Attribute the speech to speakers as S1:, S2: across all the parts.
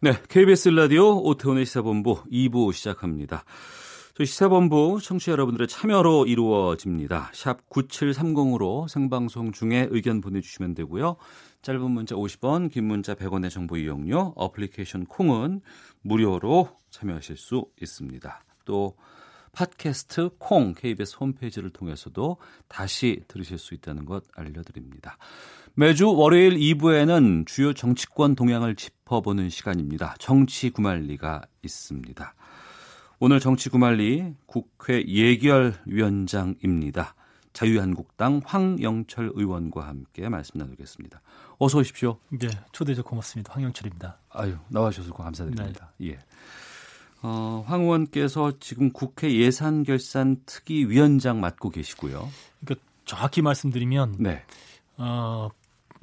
S1: 네, KBS 라디오 오태훈의 시사본부 2부 시작합니다. 저희 시사본부 청취자 여러분들의 참여로 이루어집니다. 샵 9730으로 생방송 중에 의견 보내주시면 되고요. 짧은 문자 50원, 긴 문자 100원의 정보 이용료, 어플리케이션 콩은 무료로 참여하실 수 있습니다. 또 팟캐스트 콩 KBS 홈페이지를 통해서도 다시 들으실 수 있다는 것 알려드립니다. 매주 월요일 2부에는 주요 정치권 동향을 짚어보는 시간입니다. 정치 구말리가 있습니다. 오늘 정치 구말리 국회 예결위원장입니다. 자유한국당 황영철 의원과 함께 말씀 나누겠습니다. 어서 오십시오.
S2: 네, 초대해서 고맙습니다. 황영철입니다.
S1: 아유, 나와주셔서 감사드립니다.
S2: 네.
S1: 예. 어, 황 의원께서 지금 국회 예산결산 특위위원장 맡고 계시고요.
S2: 그러니까 정확히 말씀드리면
S1: 네.
S2: 어,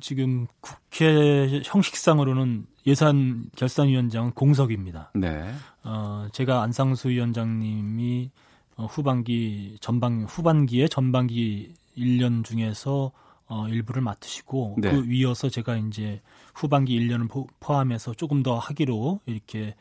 S2: 지금 국회 형식상으로는 예산 결산위원장은 공석입니다.
S1: 네.
S2: 어, 제가 안상수 위원장님이 어, 후반기 전반 후반기에 전반기 1년 중에서 어, 일부를 맡으시고
S1: 네.
S2: 그 위어서 제가 이제 후반기 1년을 포, 포함해서 조금 더 하기로 이렇게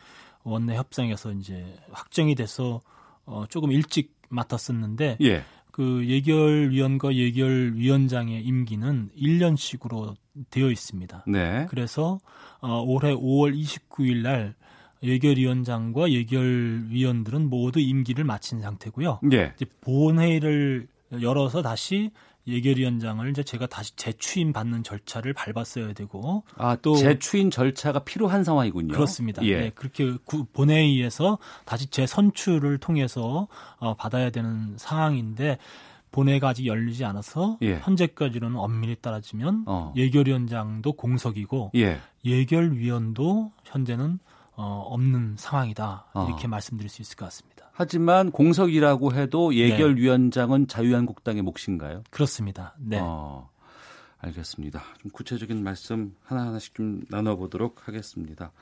S2: 원내 협상에서 이제 확정이 돼서 어, 조금 일찍 맡았었는데
S1: 예.
S2: 그 예결위원과 예결위원장의 임기는 1년씩으로 되어 있습니다.
S1: 네.
S2: 그래서 어, 올해 5월 29일 날 예결위원장과 예결위원들은 모두 임기를 마친 상태고요.
S1: 예.
S2: 이제 본회의를 열어서 다시 예결위원장을 이제 제가 다시 재추임 받는 절차를 밟았어야 되고
S1: 아, 또
S2: 또-
S1: 재추인 절차가 필요한 상황이군요.
S2: 그렇습니다.
S1: 예.
S2: 네, 그렇게 구- 본회의에서 다시 재선출을 통해서 어, 받아야 되는 상황인데 본회의가 아직 열리지 않아서
S1: 예.
S2: 현재까지는 엄밀히 따라지면
S1: 어.
S2: 예결위원장도 공석이고
S1: 예.
S2: 예결위원도 현재는 어, 없는 상황이다
S1: 어.
S2: 이렇게 말씀드릴 수 있을 것 같습니다.
S1: 하지만 공석이라고 해도
S2: 네.
S1: 예결위원장은 자유한국당의 몫인가요?
S2: 그렇습니다. 네.
S1: 어, 알겠습니다. 좀 구체적인 말씀 하나하나씩 좀 나눠보도록 하겠습니다.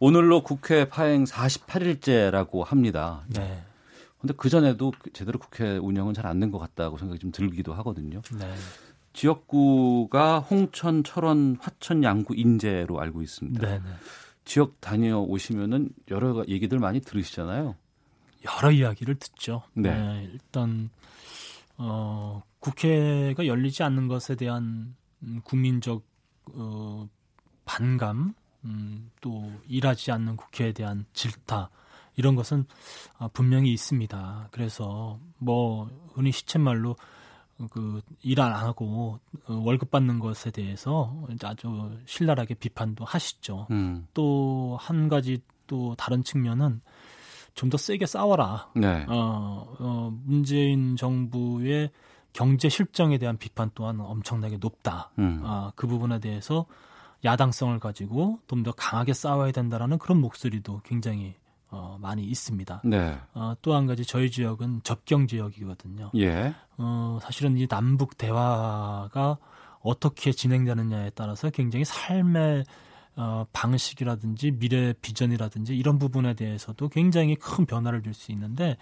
S1: 오늘로 국회 파행 48일째라고 합니다.
S2: 네.
S1: 근데 그전에도 제대로 국회 운영은 잘 안 된 것 같다고 생각이 좀 들기도 하거든요.
S2: 네.
S1: 지역구가 홍천, 철원, 화천, 양구, 인제로 알고 있습니다.
S2: 네. 네.
S1: 지역 다녀오시면은 여러 가- 얘기들 많이 들으시잖아요.
S2: 여러 이야기를 듣죠.
S1: 네.
S2: 일단 어, 국회가 열리지 않는 것에 대한 음, 국민적 어, 반감, 음, 또 일하지 않는 국회에 대한 질타 이런 것은 아, 분명히 있습니다. 그래서 뭐 흔히 시쳇말로 그일 안 하고 어, 월급 받는 것에 대해서 아주 신랄하게 비판도 하시죠.
S1: 음.
S2: 또 한 가지 또 다른 측면은 좀 더 세게 싸워라.
S1: 네.
S2: 어, 어, 문재인 정부의 경제 실정에 대한 비판 또한 엄청나게 높다.
S1: 음.
S2: 아, 그 부분에 대해서 야당성을 가지고 좀 더 강하게 싸워야 된다라는 그런 목소리도 굉장히 어, 많이 있습니다.
S1: 네.
S2: 어, 또 한 가지 저희 지역은 접경 지역이거든요.
S1: 예.
S2: 어, 사실은 이 남북 대화가 어떻게 진행되느냐에 따라서 굉장히 삶의 어, 방식이라든지 미래 비전이라든지 이런 부분에 대해서도 굉장히 큰 변화를 줄 수 있는데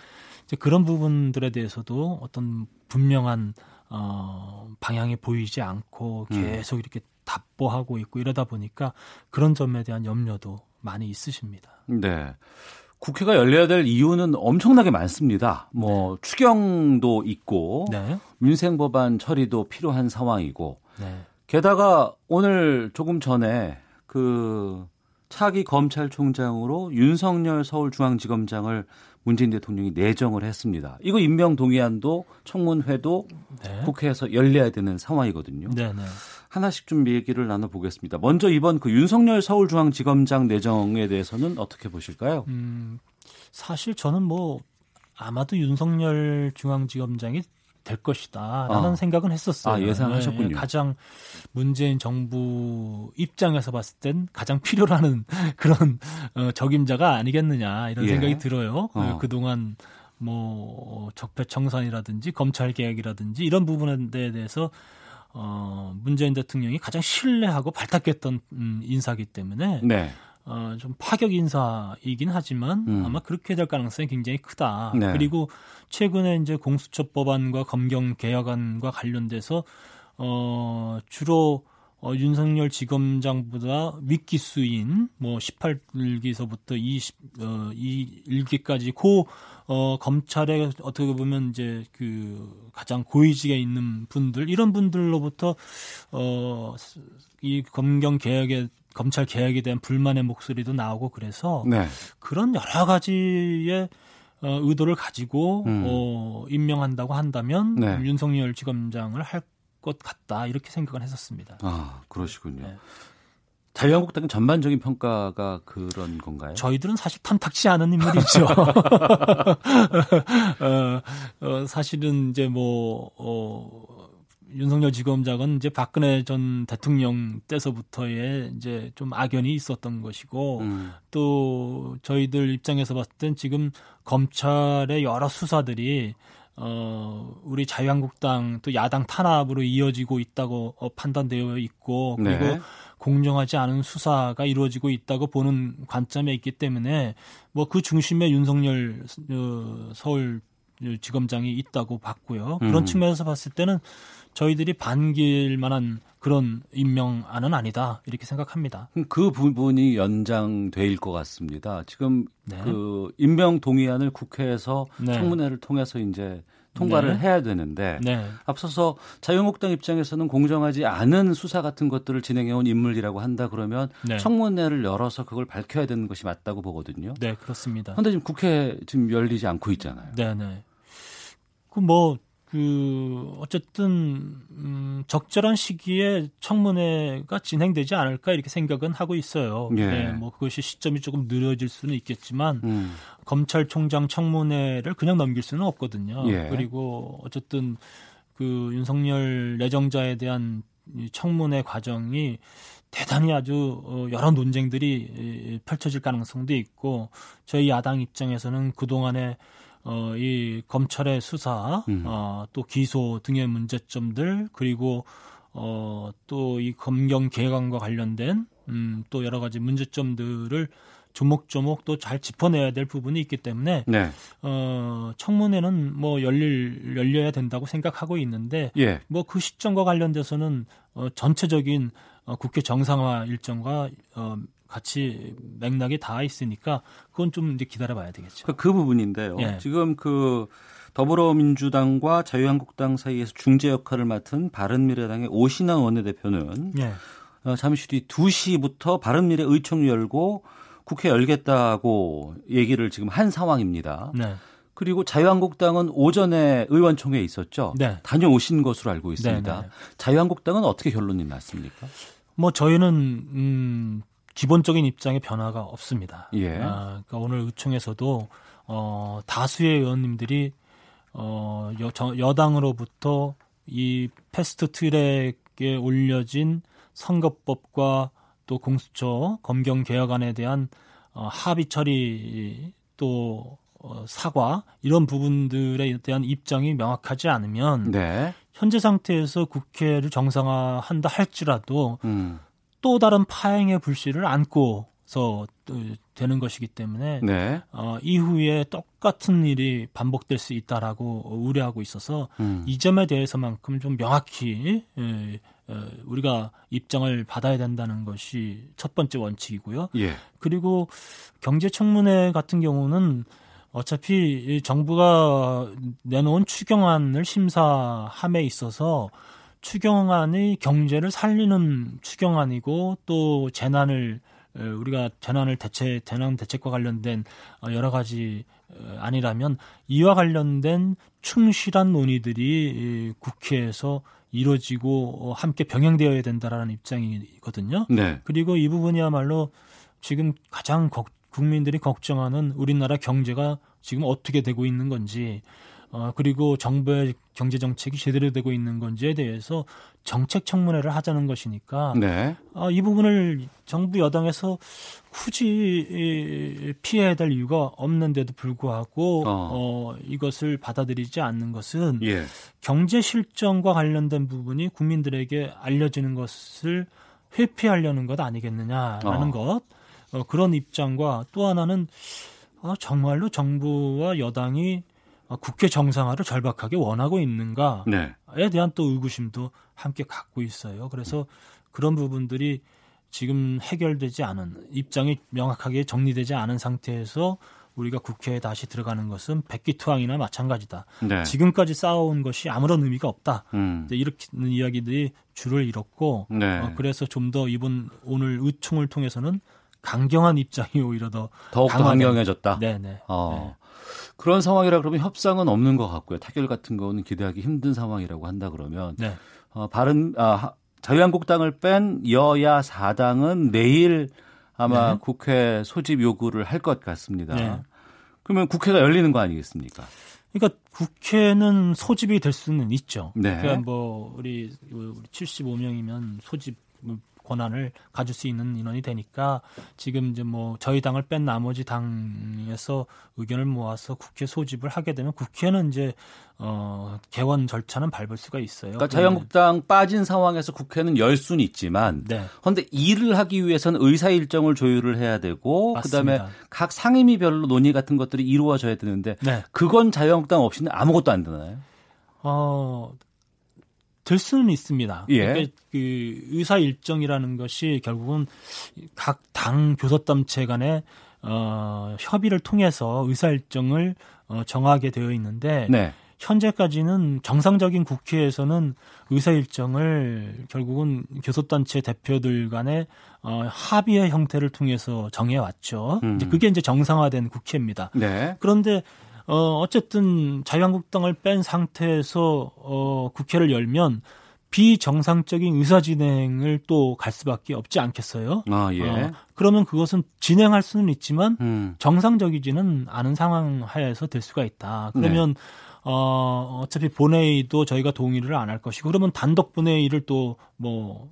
S2: 이제 그런 부분들에 대해서도 어떤 분명한 어, 방향이 보이지 않고
S1: 음.
S2: 계속 이렇게 답보하고 있고 이러다 보니까 그런 점에 대한 염려도 많이 있으십니다.
S1: 네. 국회가 열려야 될 이유는 엄청나게 많습니다. 뭐 추경도 있고
S2: 네.
S1: 민생 법안 처리도 필요한 상황이고
S2: 네.
S1: 게다가 오늘 조금 전에 그 차기 검찰총장으로 윤석열 서울중앙지검장을 문재인 대통령이 내정을 했습니다. 이거 임명 동의안도 청문회도
S2: 네.
S1: 국회에서 열려야 되는 상황이거든요.
S2: 네, 네.
S1: 하나씩 좀 얘기를 나눠보겠습니다. 먼저 이번 그 윤석열 서울중앙지검장 내정에 대해서는 어떻게 보실까요?
S2: 음, 사실 저는 뭐 아마도 윤석열 중앙지검장이 될 것이다라는
S1: 아.
S2: 생각은 했었어요.
S1: 아, 예상하셨군요.
S2: 예, 예. 가장 문재인 정부 입장에서 봤을 땐 가장 필요로 하는 그런 어, 적임자가 아니겠느냐 이런
S1: 예.
S2: 생각이 들어요.
S1: 어.
S2: 그 동안 뭐 어, 적폐청산이라든지 검찰 개혁이라든지 이런 부분에 대해서 어, 문재인 대통령이 가장 신뢰하고 발탁했던 음, 인사기 때문에
S1: 네.
S2: 어, 좀 파격 인사이긴 하지만
S1: 음.
S2: 아마 그렇게 될 가능성이 굉장히 크다.
S1: 네.
S2: 그리고 최근에 이제 공수처 법안과 검경 개혁안과 관련돼서 어, 주로 어, 윤석열 지검장보다 윗기수인 뭐 18기서부터 20, 어, 21기까지 고 어, 검찰에 어떻게 보면 이제 그 가장 고위직에 있는 분들 이런 분들로부터 어, 이 검경 개혁에 검찰 개혁에 대한 불만의 목소리도 나오고 그래서
S1: 네.
S2: 그런 여러 가지의 어, 의도를 가지고
S1: 음.
S2: 어, 임명한다고 한다면
S1: 네.
S2: 윤석열 지검장을 할 것 같다 이렇게 생각을 했었습니다.
S1: 아, 그러시군요.
S2: 네.
S1: 자유한국당의 전반적인 평가가 그런 건가요?
S2: 저희들은 사실 탐탁치 않은 인물이죠. 어, 어, 사실은 이제 뭐, 어, 윤석열 지검장은 이제 박근혜 전 대통령 때서부터의 이제 좀 악연이 있었던 것이고
S1: 음,
S2: 또 저희들 입장에서 봤을 땐 지금 검찰의 여러 수사들이 어 우리 자유한국당 또 야당 탄압으로 이어지고 있다고 어, 판단되어 있고 그리고
S1: 네.
S2: 공정하지 않은 수사가 이루어지고 있다고 보는 관점에 있기 때문에 뭐 그 중심에 윤석열 어, 서울 지검장이 있다고 봤고요. 그런
S1: 음.
S2: 측면에서 봤을 때는 저희들이 반길 만한 그런 임명안은 아니다 이렇게 생각합니다.
S1: 그럼 그 부분이 연장될 것 같습니다. 지금
S2: 네.
S1: 그 임명 동의안을 국회에서
S2: 네.
S1: 청문회를 통해서 이제 통과를
S2: 네.
S1: 해야 되는데
S2: 네.
S1: 앞서서 자유한국당 입장에서는 공정하지 않은 수사 같은 것들을 진행해온 인물이라고 한다 그러면
S2: 네.
S1: 청문회를 열어서 그걸 밝혀야 되는 것이 맞다고 보거든요.
S2: 네, 그렇습니다.
S1: 그런데 지금 국회 지금 열리지 않고 있잖아요.
S2: 네네. 그 뭐, 그, 어쨌든, 음, 적절한 시기에 청문회가 진행되지 않을까 이렇게 생각은 하고 있어요.
S1: 예.
S2: 네, 뭐 그것이 시점이 조금 느려질 수는 있겠지만,
S1: 음,
S2: 검찰총장 청문회를 그냥 넘길 수는 없거든요.
S1: 예.
S2: 그리고 어쨌든 그 윤석열 내정자에 대한 이 청문회 과정이 대단히 아주 어, 여러 논쟁들이 이, 펼쳐질 가능성도 있고 저희 야당 입장에서는 그동안에 어, 이 검찰의 수사,
S1: 음.
S2: 어, 또 기소 등의 문제점들 그리고 어, 또 이 검경 개혁안과 관련된 음, 또 여러 가지 문제점들을 조목조목 또 잘 짚어내야 될 부분이 있기 때문에
S1: 네.
S2: 어, 청문회는 뭐 열릴 열려야 된다고 생각하고 있는데
S1: 예.
S2: 뭐 그 시점과 관련돼서는 어, 전체적인 어, 국회 정상화 일정과 어, 같이 맥락이 닿아 있으니까 그건 좀 이제 기다려봐야 되겠죠.
S1: 그, 그 부분인데요.
S2: 예.
S1: 지금 그 더불어민주당과 자유한국당 사이에서 중재 역할을 맡은 바른미래당의 오신환 원내대표는
S2: 예,
S1: 어, 잠시 뒤 2시부터 바른미래 의총 열고 국회 열겠다고 얘기를 지금 한 상황입니다.
S2: 네,
S1: 그리고 자유한국당은 오전에 의원총회 있었죠.
S2: 네.
S1: 다녀오신 것으로 알고 있습니다.
S2: 네, 네.
S1: 자유한국당은 어떻게 결론이 났습니까?
S2: 뭐 저희는 음, 기본적인 입장의 변화가 없습니다.
S1: 예.
S2: 아, 그러니까 오늘 의총에서도 어, 다수의 의원님들이 어, 여, 저- 여당으로부터 이 패스트 트랙에 올려진 선거법과 또 공수처 검경 개혁안에 대한 어, 합의 처리 또 어, 사과 이런 부분들에 대한 입장이 명확하지 않으면
S1: 네.
S2: 현재 상태에서 국회를 정상화한다 할지라도
S1: 음.
S2: 또 다른 파행의 불씨를 안고서 또 되는 것이기 때문에
S1: 네.
S2: 어, 이후에 똑같은 일이 반복될 수 있다라고 우려하고 있어서
S1: 음.
S2: 이 점에 대해서만큼 좀 명확히 예, 예, 우리가 입장을 받아야 된다는 것이 첫 번째 원칙이고요.
S1: 예.
S2: 그리고 경제청문회 같은 경우는 어차피 이 정부가 내놓은 추경안을 심사함에 있어서 추경안이 경제를 살리는 추경안이고 또 재난을 에, 우리가 재난을 대체 재난 대책과 관련된 어, 여러 가지 어, 아니라면 이와 관련된 충실한 논의들이 이 국회에서 이루어지고 어, 함께 병행되어야 된다라는 입장이거든요.
S1: 네.
S2: 그리고 이 부분이야말로 지금 가장 걱- 국민들이 걱정하는 우리나라 경제가 지금 어떻게 되고 있는 건지 어, 그리고 정부의 경제 정책이 제대로 되고 있는 건지에 대해서 정책 청문회를 하자는 것이니까
S1: 네.
S2: 아, 이 부분을 정부 여당에서 굳이 이- 피해야 될 이유가 없는데도 불구하고
S1: 어.
S2: 어, 이것을 받아들이지 않는 것은
S1: 예.
S2: 경제 실정과 관련된 부분이 국민들에게 알려지는 것을 회피하려는 것 아니겠느냐라는
S1: 어.
S2: 것 어, 그런 입장과 또 하나는 아, 정말로 정부와 여당이 아, 국회 정상화를 절박하게 원하고 있는가에
S1: 네.
S2: 대한 또 의구심도 함께 갖고 있어요. 그래서 그런 부분들이 지금 해결되지 않은 입장이 명확하게 정리되지 않은 상태에서 우리가 국회에 다시 들어가는 것은 백기투항이나 마찬가지다.
S1: 네.
S2: 지금까지 쌓아온 것이 아무런 의미가 없다.
S1: 음.
S2: 이제 이렇게 이야기들이 줄을 잃었고
S1: 네.
S2: 어, 그래서 좀 더 이번 오늘 의총을 통해서는 강경한 입장이 오히려 더
S1: 더욱더
S2: 강화된-
S1: 강경해졌다.
S2: 네네
S1: 어. 그런 상황이라 그러면 협상은 없는 것 같고요. 타결 같은 거는 기대하기 힘든 상황이라고 한다 그러면
S2: 네.
S1: 어, 바른 아, 하- 자유한국당을 뺀 여야 4당은 내일 아마 국회 소집 요구를 할 것 같습니다.
S2: 네.
S1: 그러면 국회가 열리는 거 아니겠습니까?
S2: 그러니까 국회는 소집이 될 수는 있죠.
S1: 네.
S2: 그러니까 뭐 우리 우리 75명이면 소집 권한을 가질 수 있는 인원이 되니까 지금 이제 뭐 저희 당을 뺀 나머지 당에서 의견을 모아서 국회 소집을 하게 되면 국회는 이제 어 개원 절차는 밟을 수가 있어요.
S1: 그러니까 자유한국당 빠진 상황에서 국회는 열 수는 있지만
S2: 네.
S1: 그런데 일을 하기 위해서는 의사 일정을 조율을 해야 되고
S2: 맞습니다.
S1: 그다음에 각 상임위별로 논의 같은 것들이 이루어져야 되는데
S2: 네.
S1: 그건 자유한국당 없이는 아무것도 안 되나요?
S2: 어, 될 수는 있습니다.
S1: 예.
S2: 그러니까 그 의사 일정이라는 것이 결국은 각 당 교섭단체 간의 어, 협의를 통해서 의사 일정을 어, 정하게 되어 있는데
S1: 네.
S2: 현재까지는 정상적인 국회에서는 의사 일정을 결국은 교섭단체 대표들 간의 어, 합의의 형태를 통해서 정해왔죠.
S1: 음.
S2: 이제 그게 이제 정상화된 국회입니다.
S1: 네.
S2: 그런데 어 어쨌든 자유한국당을 뺀 상태에서 어 국회를 열면 비정상적인 의사 진행을 또 갈 수밖에 없지 않겠어요?
S1: 아, 예.
S2: 어, 그러면 그것은 진행할 수는 있지만
S1: 음.
S2: 정상적이지는 않은 상황 하에서 될 수가 있다. 그러면 어 어차피 본회의도 저희가 동의를 안 할 것이고 그러면 단독 본회의를 또 뭐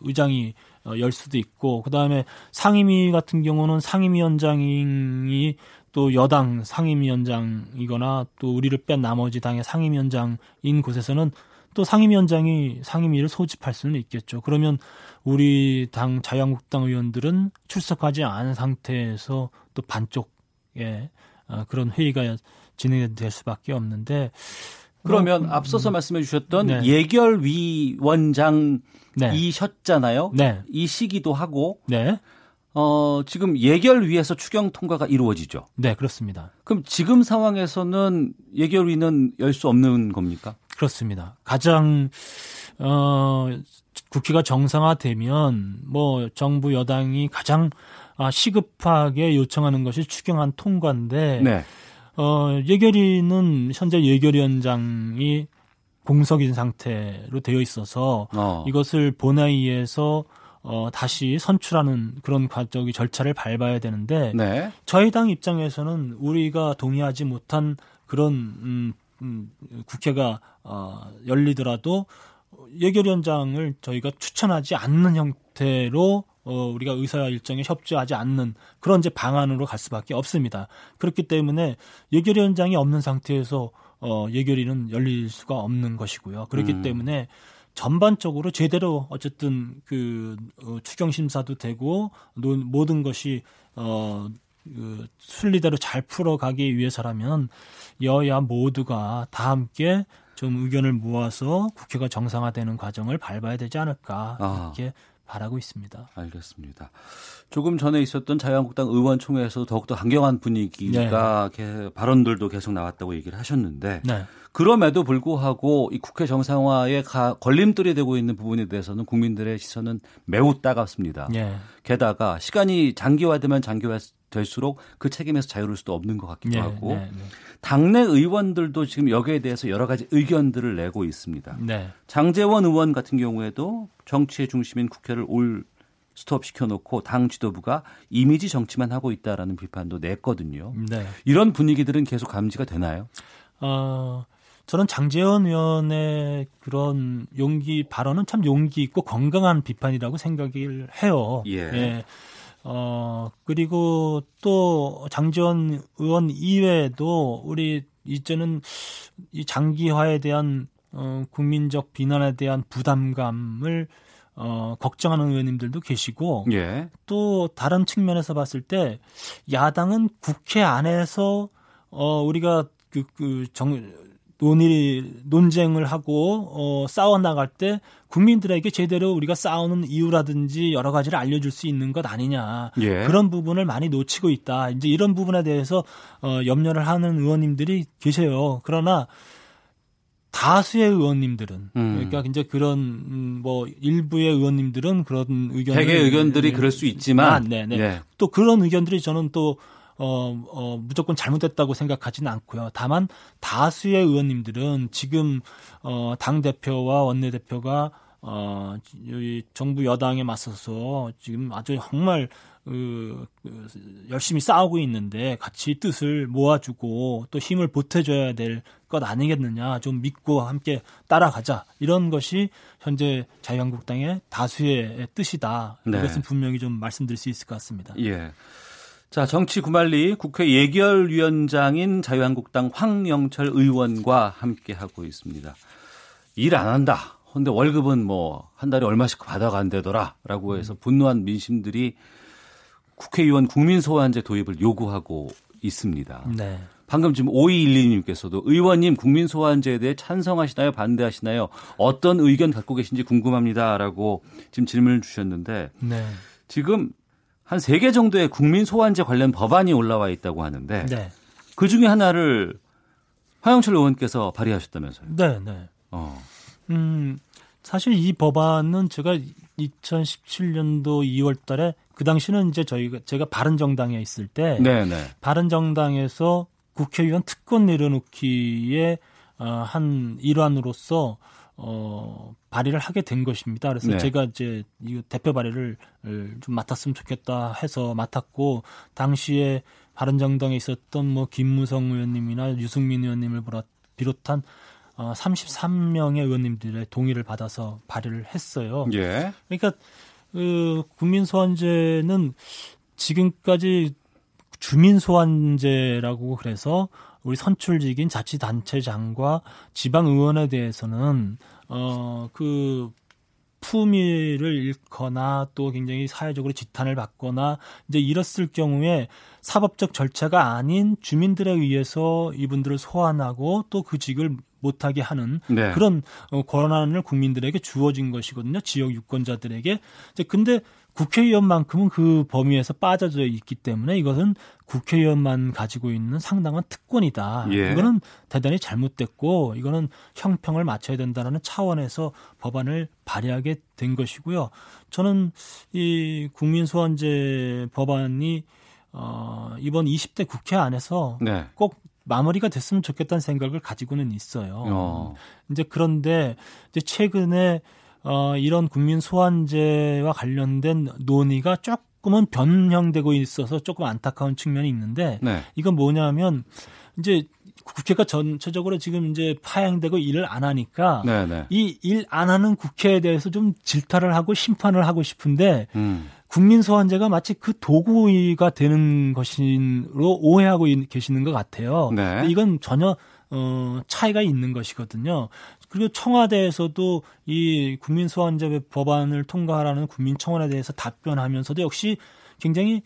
S2: 의장이 어, 열 수도 있고 그다음에 상임위 같은 경우는 상임위원장이 또 여당 상임위원장이거나 또 우리를 뺀 나머지 당의 상임위원장인 곳에서는 또 상임위원장이 상임위를 소집할 수는 있겠죠. 그러면 우리 당 자유한국당 의원들은 출석하지 않은 상태에서 또 반쪽의 아, 그런 회의가 진행될 수밖에 없는데
S1: 그러면 앞서서 말씀해 주셨던
S2: 음, 네.
S1: 예결위원장
S2: 네.
S1: 이셨잖아요.
S2: 네.
S1: 이 시기도 하고
S2: 네,
S1: 어, 지금 예결위에서 추경 통과가 이루어지죠.
S2: 네 그렇습니다.
S1: 그럼 지금 상황에서는 예결위는 열 수 없는 겁니까?
S2: 그렇습니다. 가장 어 국회가 정상화되면 뭐 정부 여당이 가장 아, 시급하게 요청하는 것이 추경안 통과인데
S1: 네.
S2: 어 예결위는 현재 예결위원장이 공석인 상태로 되어 있어서
S1: 어.
S2: 이것을 본회의에서 어 다시 선출하는 그런 과정이 절차를 밟아야 되는데
S1: 네.
S2: 저희 당 입장에서는 우리가 동의하지 못한 그런 음, 음, 국회가 어, 열리더라도 예결위원장을 저희가 추천하지 않는 형태로 어, 우리가 의사 일정에 협조하지 않는 그런 이제 방안으로 갈 수밖에 없습니다. 그렇기 때문에 예결위원장이 없는 상태에서 어, 예결위는 열릴 수가 없는 것이고요. 그렇기
S1: 음.
S2: 때문에 전반적으로 제대로 어쨌든 그 어, 추경 심사도 되고 논- 모든 것이 어, 그 순리대로 잘 풀어가기 위해서라면 여야 모두가 다 함께 좀 의견을 모아서 국회가 정상화되는 과정을 밟아야 되지 않을까
S1: 아.
S2: 이렇게 바라고 있습니다.
S1: 알겠습니다. 조금 전에 있었던 자유한국당 의원총회에서도 더욱더 강경한 분위기가 개- 발언들도 계속 나왔다고 얘기를 하셨는데
S2: 네,
S1: 그럼에도 불구하고 이 국회 정상화에 가- 걸림돌이 되고 있는 부분에 대해서는 국민들의 시선은 매우 따갑습니다.
S2: 예,
S1: 게다가 시간이 장기화되면 장기화될수록 그 책임에서 자유로울 수도 없는 것 같기도
S2: 예,
S1: 하고
S2: 네,
S1: 당내 의원들도 지금 여기에 대해서 여러 가지 의견들을 내고 있습니다.
S2: 네,
S1: 장재원 의원 같은 경우에도 정치의 중심인 국회를 올 스톱 시켜놓고 당 지도부가 이미지 정치만 하고 있다라는 비판도 냈거든요.
S2: 네, 네.
S1: 이런 분위기들은 계속 감지가 되나요?
S2: 어, 저는 장재현 의원의 그런 용기 발언은 참 용기 있고 건강한 비판이라고 생각을 해요.
S1: 예.
S2: 어, 그리고 또 장재현 의원 이외에도 우리 이제는 이 장기화에 대한 어, 국민적 비난에 대한 부담감을 어, 걱정하는 의원님들도 계시고
S1: 예.
S2: 또 다른 측면에서 봤을 때 야당은 국회 안에서 어 우리가 그, 그 정, 논의 논쟁을 하고 어 싸워 나갈 때 국민들에게 제대로 우리가 싸우는 이유라든지 여러 가지를 알려줄 수 있는 것 아니냐
S1: 예.
S2: 그런 부분을 많이 놓치고 있다 이제 이런 부분에 대해서 어 염려를 하는 의원님들이 계세요 그러나 다수의 의원님들은
S1: 음.
S2: 그러니까 이제 그런 음, 뭐 일부의 의원님들은 그런 예. 의견
S1: 대개 의견들이 그럴 수 있지만
S2: 네. 아, 네네.
S1: 예.
S2: 또 그런 의견들이 저는 또 어, 어, 무조건 잘못됐다고 생각하지는 않고요. 다만 다수의 의원님들은 지금 어, 당 대표와 원내 대표가 어, 이 정부 여당에 맞서서 지금 아주 정말 그, 그, 열심히 싸우고 있는데 같이 뜻을 모아주고 또 힘을 보태줘야 될 것 아니겠느냐 좀 믿고 함께 따라가자 이런 것이 현재 자유한국당의 다수의 뜻이다
S1: 네.
S2: 이것은 분명히 좀 말씀드릴 수 있을 것 같습니다.
S1: 예. 자, 정치 구말리 국회 예결위원장인 자유한국당 황영철 의원과 함께 하고 있습니다. 일 안 한다. 근데 월급은 뭐 한 달에 얼마씩 받아간대더라라고 해서 분노한 민심들이 국회의원 국민소환제 도입을 요구하고 있습니다.
S2: 네.
S1: 방금 지금 5212님께서도 의원님 국민소환제에 대해 찬성하시나요? 반대하시나요? 어떤 의견 갖고 계신지 궁금합니다라고 지금 질문을 주셨는데
S2: 네.
S1: 지금 한 세 개 정도의 국민 소환제 관련 법안이 올라와 있다고 하는데
S2: 네.
S1: 그 중에 하나를 화영철 의원께서 발의하셨다면서요.
S2: 네. 네.
S1: 어.
S2: 음, 사실 이 법안은 제가 2017년도 2월 달에 그 당시는 이제 저희가 제가 바른 정당에 있을 때
S1: 네, 네.
S2: 바른 정당에서 국회의원 특권 내려놓기에 어, 한 일환으로서 어, 발의를 하게 된 것입니다. 그래서
S1: 네.
S2: 제가 이제 이 대표 발의를 어, 좀 맡았으면 좋겠다 해서 맡았고 당시에 바른정당에 있었던 뭐 김무성 의원님이나 유승민 의원님을 보라- 비롯한 어, 33명의 의원님들의 동의를 받아서 발의를 했어요.
S1: 예.
S2: 그러니까 그 국민 소환제는 지금까지 주민 소환제라고 그래서 우리 선출직인 자치단체장과 지방 의원에 대해서는 어, 어그 품위를 잃거나 또 굉장히 사회적으로 지탄을 받거나 이제 이랬을 경우에 사법적 절차가 아닌 주민들에 의해서 이분들을 소환하고 또 그 직을 못하게 하는
S1: 네.
S2: 그런 어, 권한을 국민들에게 주어진 것이거든요. 지역 유권자들에게. 이제 근데 국회의원만큼은 그 범위에서 빠져져 있기 때문에 이것은 국회의원만 가지고 있는 상당한 특권이다.
S1: 예.
S2: 이거는 대단히 잘못됐고 이거는 형평을 맞춰야 된다라는 차원에서 법안을 발의하게 된 것이고요. 저는 이 국민 소환제 법안이 어, 이번 20대 국회 안에서
S1: 네.
S2: 꼭 마무리가 됐으면 좋겠다는 생각을 가지고는 있어요.
S1: 어.
S2: 이제 그런데 이제 최근에 어, 이런 국민 소환제와 관련된 논의가 조금은 변형되고 있어서 조금 안타까운 측면이 있는데
S1: 네.
S2: 이건 뭐냐면 이제 국회가 전체적으로 지금 이제 파행되고 일을 안 하니까
S1: 네, 네.
S2: 이 일 안 하는 국회에 대해서 좀 질타를 하고 심판을 하고 싶은데
S1: 음.
S2: 국민 소환제가 마치 그 도구가 되는 것으로 오해하고 있- 계시는 것 같아요.
S1: 네.
S2: 근데 이건 전혀 어, 차이가 있는 것이거든요. 그리고 청와대에서도 이 국민 소환제 법안을 통과하라는 국민청원에 대해서 답변하면서도 역시 굉장히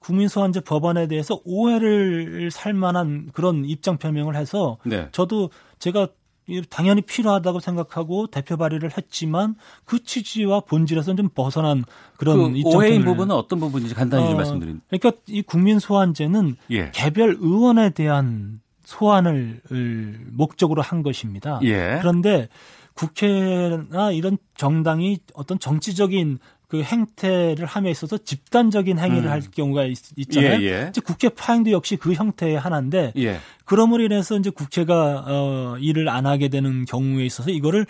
S2: 국민 소환제 법안에 대해서 오해를 살 만한 그런 입장 표명을 해서
S1: 네.
S2: 저도 제가 이- 당연히 필요하다고 생각하고 대표 발의를 했지만 그 취지와 본질에서는 좀 벗어난 그런
S1: 그
S2: 입장
S1: 오해인
S2: 표명을-
S1: 부분은 어떤 부분인지 간단히 좀
S2: 어,
S1: 말씀드린.
S2: 그러니까 이 국민 소환제는
S1: 예.
S2: 개별 의원에 대한 소환을 을, 목적으로 한 것입니다.
S1: 예.
S2: 그런데 국회나 이런 정당이 어떤 정치적인 그 행태를 함에 있어서 집단적인 행위를
S1: 음.
S2: 할 경우가 있, 있잖아요.
S1: 예, 예.
S2: 이제 국회 파행도 역시 그 형태의 하나인데
S1: 예.
S2: 그럼으로 인해서 이제 국회가 어, 일을 안 하게 되는 경우에 있어서 이거를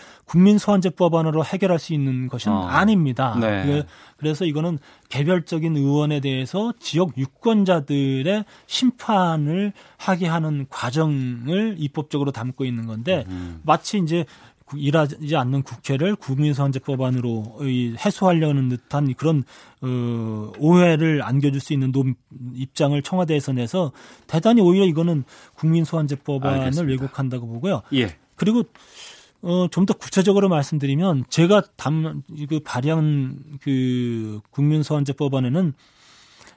S2: 국민소환제법안으로 해결할 수 있는 것은
S1: 어.
S2: 아닙니다.
S1: 네.
S2: 그게- 그래서 이거는 개별적인 의원에 대해서 지역 유권자들의 심판을 하게 하는 과정을 입법적으로 담고 있는 건데
S1: 음.
S2: 마치 이제 구- 일하지 않는 국회를 국민소환제법안으로 이 해소하려는 듯한 그런 어, 오해를 안겨줄 수 있는 논, 입장을 청와대에서 내서 대단히 오히려 이거는 국민소환제법안을
S1: 알겠습니다.
S2: 왜곡한다고 보고요.
S1: 예.
S2: 그리고 어, 좀 더 구체적으로 말씀드리면 제가 담, 그 발의한 그 국민소환제법안에는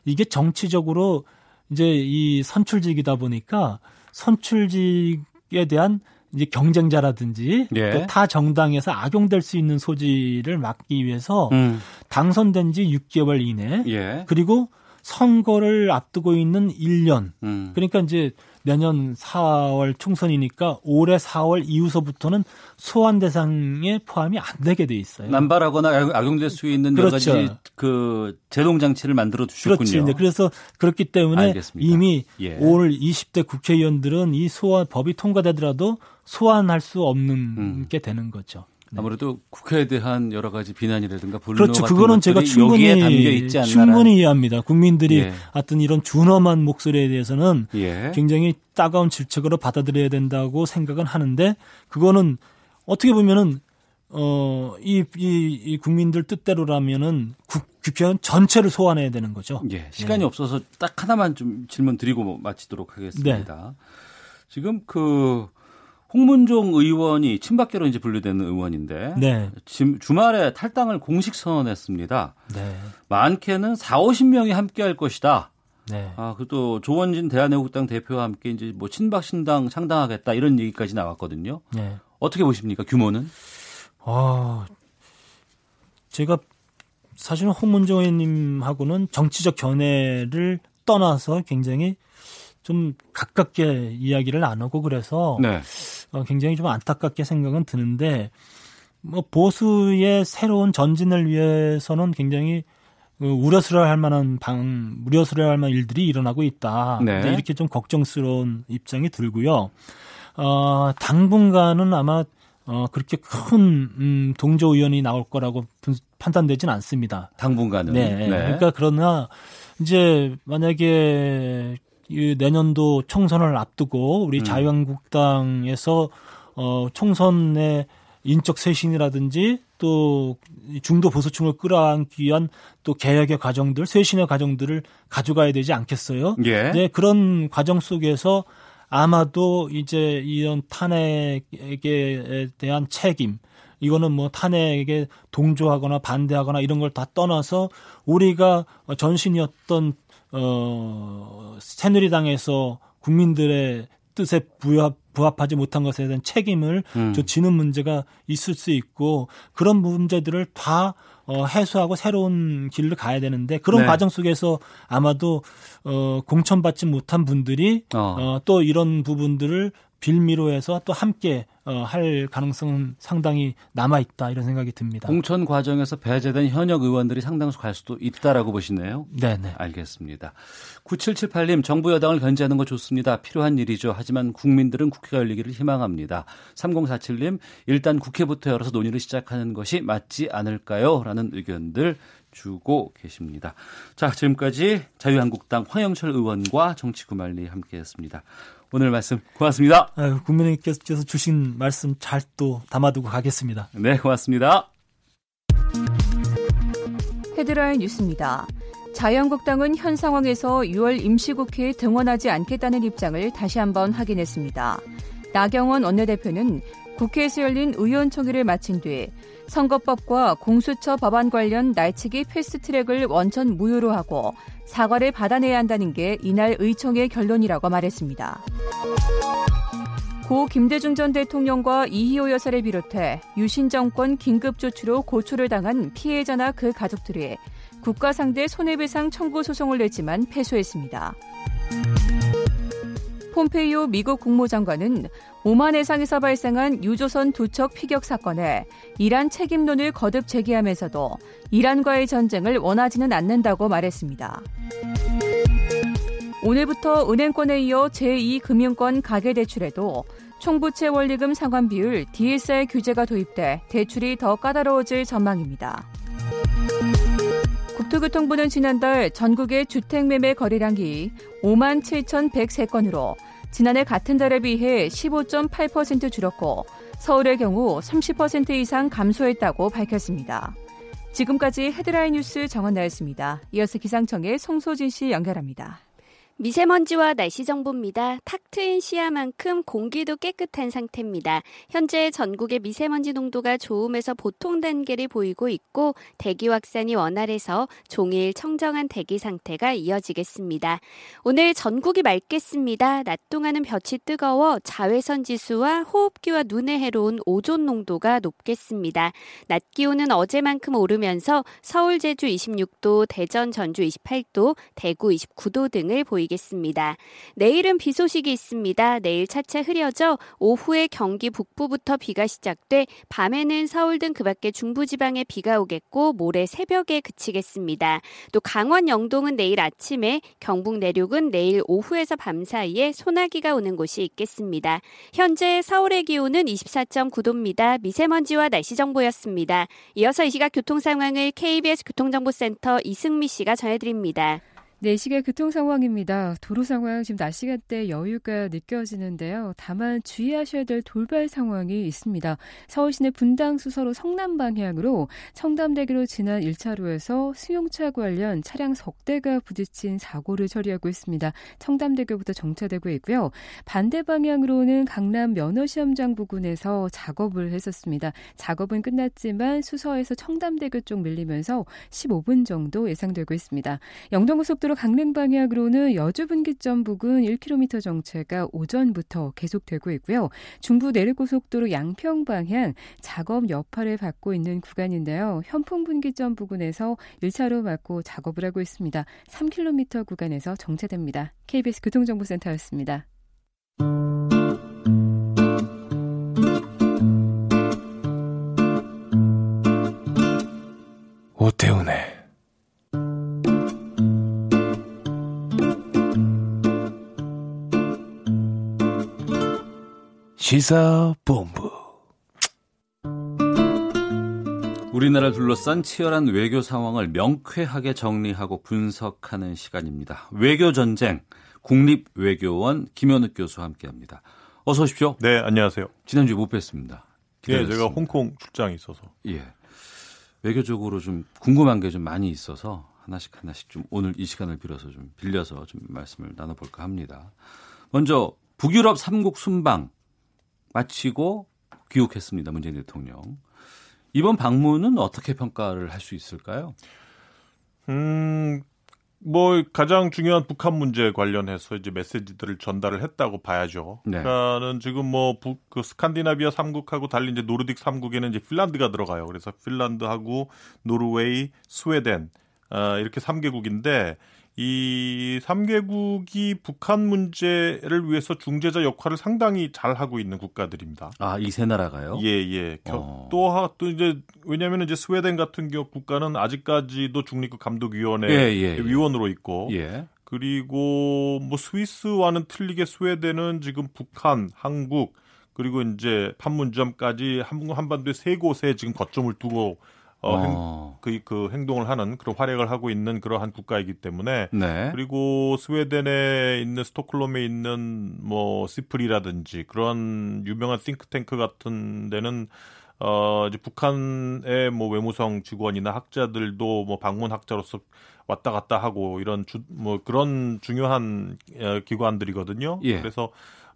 S2: 이게 정치적으로 이제 이 선출직이다 보니까 선출직에 대한 이제 경쟁자라든지
S1: 예.
S2: 또 타 정당에서 악용될 수 있는 소지를 막기 위해서
S1: 음.
S2: 당선된 지 6개월 이내
S1: 예.
S2: 그리고 선거를 앞두고 있는 1년
S1: 음.
S2: 그러니까 이제 내년 4월 총선이니까 올해 4월 이후서부터는 소환 대상에 포함이 안 되게 돼 있어요.
S1: 남발하거나 악- 악용될 수 있는 여러
S2: 네. 그렇죠.
S1: 가지 그 제동 장치를 만들어
S2: 그렇지.
S1: 주셨군요.
S2: 이제 그래서 그렇기 때문에
S1: 알겠습니다.
S2: 이미
S1: 예.
S2: 올 20대 국회의원들은 이 소환 법이 통과되더라도 소환할 수 없는
S1: 음.
S2: 게 되는 거죠. 네.
S1: 아무래도 국회에 대한 여러 가지 비난이라든가 분노
S2: 그렇죠.
S1: 같은
S2: 그거는 제가
S1: 것들이
S2: 충분히
S1: 여기에 담겨 있지 않나라는
S2: 충분히 이해합니다. 국민들이
S1: 예.
S2: 하여튼 이런 준엄한 목소리에 대해서는
S1: 예.
S2: 굉장히 따가운 질책으로 받아들여야 된다고 생각은 하는데 그거는 어떻게 보면은 어이이 이, 이 국민들 뜻대로라면은 국, 국회의원 전체를 소환해야 되는 거죠.
S1: 예,
S2: 네.
S1: 시간이 없어서 딱 하나만 좀 질문 드리고 뭐 마치도록 하겠습니다.
S2: 네.
S1: 지금 그 홍문종 의원이 친박계로 이제 분류되는 의원인데
S2: 네.
S1: 지금 주말에 탈당을 공식 선언했습니다.
S2: 네.
S1: 많게는 4, 50명이 함께 할 것이다.
S2: 네.
S1: 아, 그또 조원진 대한애국당 대표와 함께 이제 뭐 친박 신당 창당하겠다 이런 얘기까지 나왔거든요.
S2: 네.
S1: 어떻게 보십니까? 규모는?
S2: 아, 제가 사실은 홍문종 의원님하고는 정치적 견해를 떠나서 굉장히 좀 가깝게 이야기를 나누고 그래서
S1: 네.
S2: 어, 굉장히 좀 안타깝게 생각은 드는데 뭐 보수의 새로운 전진을 위해서는 굉장히 어, 우려스러워할 만한 방 우려스러워할 만한 일들이 일어나고 있다.
S1: 네.
S2: 이제 이렇게 좀 걱정스러운 입장이 들고요. 어, 당분간은 아마 어, 그렇게 큰 음, 동조 의원이 나올 거라고 분- 판단되진 않습니다.
S1: 당분간은.
S2: 네. 그러니까 그러나 이제 만약에 이 내년도 총선을 앞두고
S1: 음.
S2: 우리 자유한국당에서 어 총선의 인적 쇄신이라든지 또 중도 보수층을 끌어안기 위한 또 개혁의 과정들, 쇄신의 과정들을 가져가야 되지 않겠어요?
S1: 예.
S2: 네, 그런 과정 속에서 아마도 이제 이런 탄핵에 대한 책임, 이거는 뭐 탄핵에 동조하거나 반대하거나 이런 걸 다 떠나서 우리가 전신이었던, 어, 새누리당에서 국민들의 뜻에 부합, 부합하지 못한 것에 대한 책임을
S1: 음.
S2: 저 지는 문제가 있을 수 있고 그런 문제들을 다 어, 해소하고 새로운 길로 가야 되는데 그런
S1: 네.
S2: 과정 속에서 아마도 어, 공천받지 못한 분들이
S1: 어.
S2: 어. 또 이런 부분들을 빌미로 해서 또 함께 어, 할 가능성은 상당히 남아 있다 이런 생각이 듭니다.
S1: 공천 과정에서 배제된 현역 의원들이 상당수 갈 수도 있다라고 보시네요.
S2: 네네.
S1: 알겠습니다. 9778님, 정부 여당을 견제하는 거 좋습니다. 필요한 일이죠. 하지만 국민들은 국회가 열리기를 희망합니다. 3047님, 일단 국회부터 열어서 논의를 시작하는 것이 맞지 않을까요? 라는 의견들 주고 계십니다. 자, 지금까지 자유한국당 황영철 의원과 정치구말리 함께 했습니다. 오늘 말씀 고맙습니다.
S2: 아유, 국민의께서 주신 말씀 잘 또 담아두고 가겠습니다.
S1: 네, 고맙습니다.
S3: 헤드라인 뉴스입니다. 자유한국당은 현 상황에서 6월 임시국회에 등원하지 않겠다는 입장을 다시 한번 확인했습니다. 나경원 원내대표는 국회에서 열린 의원총회를 마친 뒤 선거법과 공수처 법안 관련 날치기 패스트트랙을 원천 무효로 하고 사과를 받아내야 한다는 게 이날 의총의 결론이라고 말했습니다. 고 김대중 전 대통령과 이희호 여사를 비롯해 유신 정권 긴급 조치로 고초를 당한 피해자나 그 가족들이 국가 상대 손해배상 청구 소송을 냈지만 패소했습니다. 폼페이오 미국 국무장관은 오만 해상에서 발생한 유조선 도척 피격 사건에 이란 책임론을 거듭 제기하면서도 이란과의 전쟁을 원하지는 않는다고 말했습니다. 오늘부터 은행권에 이어 제2금융권 가계대출에도 총부채 원리금 상환 비율 DSR 규제가 도입돼 대출이 더 까다로워질 전망입니다. 국토교통부는 지난달 전국의 주택매매 거래량이 5만 7,103건으로 지난해 같은 달에 비해 15.8% 줄었고 서울의 경우 30% 이상 감소했다고 밝혔습니다. 지금까지 헤드라인 뉴스 정원나였습니다. 이어서 기상청의 송소진 씨 연결합니다.
S4: 미세먼지와 날씨 정보입니다. 탁 트인 시야만큼 공기도 깨끗한 상태입니다. 현재 전국의 미세먼지 농도가 좋음에서 보통 단계를 보이고 있고 대기 확산이 원활해서 종일 청정한 대기 상태가 이어지겠습니다. 오늘 전국이 맑겠습니다. 낮 동안은 볕이 뜨거워 자외선 지수와 호흡기와 눈에 해로운 오존 농도가 높겠습니다. 낮 기온은 어제만큼 오르면서 서울 제주 26도, 대전 전주 28도, 대구 29도 등을 보이겠습니다. 보겠습니다 내일은 비 소식이 있습니다. 내일 차차 흐려져 오후에 경기 북부부터 비가 시작돼 밤에는 서울 등 그 밖의 중부지방에 비가 오겠고 모레 새벽에 그치겠습니다. 또 강원 영동은 내일 아침에 경북 내륙은 내일 오후에서 밤 사이에 소나기가 오는 곳이 있겠습니다. 현재 서울의 기온은 24.9도입니다. 미세먼지와 날씨 정보였습니다. 이어서 이 시각 교통 상황을 KBS 교통정보센터 이승미 씨가 전해드립니다.
S5: 네, 시계 교통 상황입니다. 도로 상황 지금 낮 시간대 여유가 느껴지는데요. 다만 주의하셔야 될 돌발 상황이 있습니다. 서울시내 분당 수서로 성남 방향으로 청담대교로 지난 1차로에서 승용차 관련 차량 석 대가 부딪힌 사고를 처리하고 있습니다. 청담대교부터 정차되고 있고요. 반대 방향으로는 강남 면허시험장 부근에서 작업을 했었습니다. 작업은 끝났지만 수서에서 청담대교 쪽 밀리면서 15분 정도 예상되고 있습니다. 영동고속도로 강릉 방향으로는 여주 분기점 부근 1km 정체가 오전부터 계속되고 있고요. 중부 내륙고속도로 양평 방향 작업 여파를 받고 있는 구간인데요. 현풍 분기점 부근에서 1차로 막고 작업을 하고 있습니다. 3km 구간에서 정체됩니다. KBS 교통정보센터였습니다.
S6: 오태훈의 시사본부
S1: 우리나라를 둘러싼 치열한 외교 상황을 명쾌하게 정리하고 분석하는 시간입니다. 외교 전쟁 국립외교원 김현욱 교수와 함께합니다. 어서 오십시오.
S7: 네, 안녕하세요.
S1: 지난주에 못 뵀습니다.
S7: 네, 제가 홍콩 출장이 있어서.
S1: 예. 외교적으로 좀 궁금한 게 좀 많이 있어서 하나씩 하나씩 좀 오늘 이 시간을 빌어서 좀 빌려서 좀 말씀을 나눠볼까 합니다. 먼저 북유럽 3국 순방 마치고 귀국했습니다. 문재인 대통령. 이번 방문은 어떻게 평가를 할 수 있을까요?
S7: 음, 뭐 가장 중요한 북한 문제 관련해서 이제 메시지들을 전달을 했다고 봐야죠.
S1: 네.
S7: 그러니까는 지금 뭐 북 그 스칸디나비아 3국하고 달리 이제 노르딕 3국에는 이제 핀란드가 들어가요. 그래서 핀란드하고 노르웨이, 스웨덴 아, 이렇게 3개국인데 이 3개국이 북한 문제를 위해서 중재자 역할을 상당히 잘 하고 있는 국가들입니다.
S1: 아, 이 세 나라가요?
S7: 예, 예. 겨-
S1: 어.
S7: 또, 하, 또 이제 왜냐하면 이제 스웨덴 같은 경우 국가는 아직까지도 중립국 감독위원회
S1: 예, 예, 예.
S7: 위원으로 있고
S1: 예.
S7: 그리고 뭐 스위스와는 틀리게 스웨덴은 지금 북한, 한국 그리고 이제 판문점까지 한- 한반도의 세 곳에 지금 거점을 두고 어, 행,
S1: 어,
S7: 그, 그 행동을 하는 그런 활약을 하고 있는 그러한 국가이기 때문에
S1: 네.
S7: 그리고 스웨덴에 있는 스톡홀름에 있는 뭐 시프리라든지 그런 유명한 싱크탱크 같은 데는 어 이제 북한의 뭐 외무성 직원이나 학자들도 뭐 방문 학자로서 왔다 갔다 하고 이런 주 뭐 그런 중요한 어, 기관들이거든요.
S1: 예.
S7: 그래서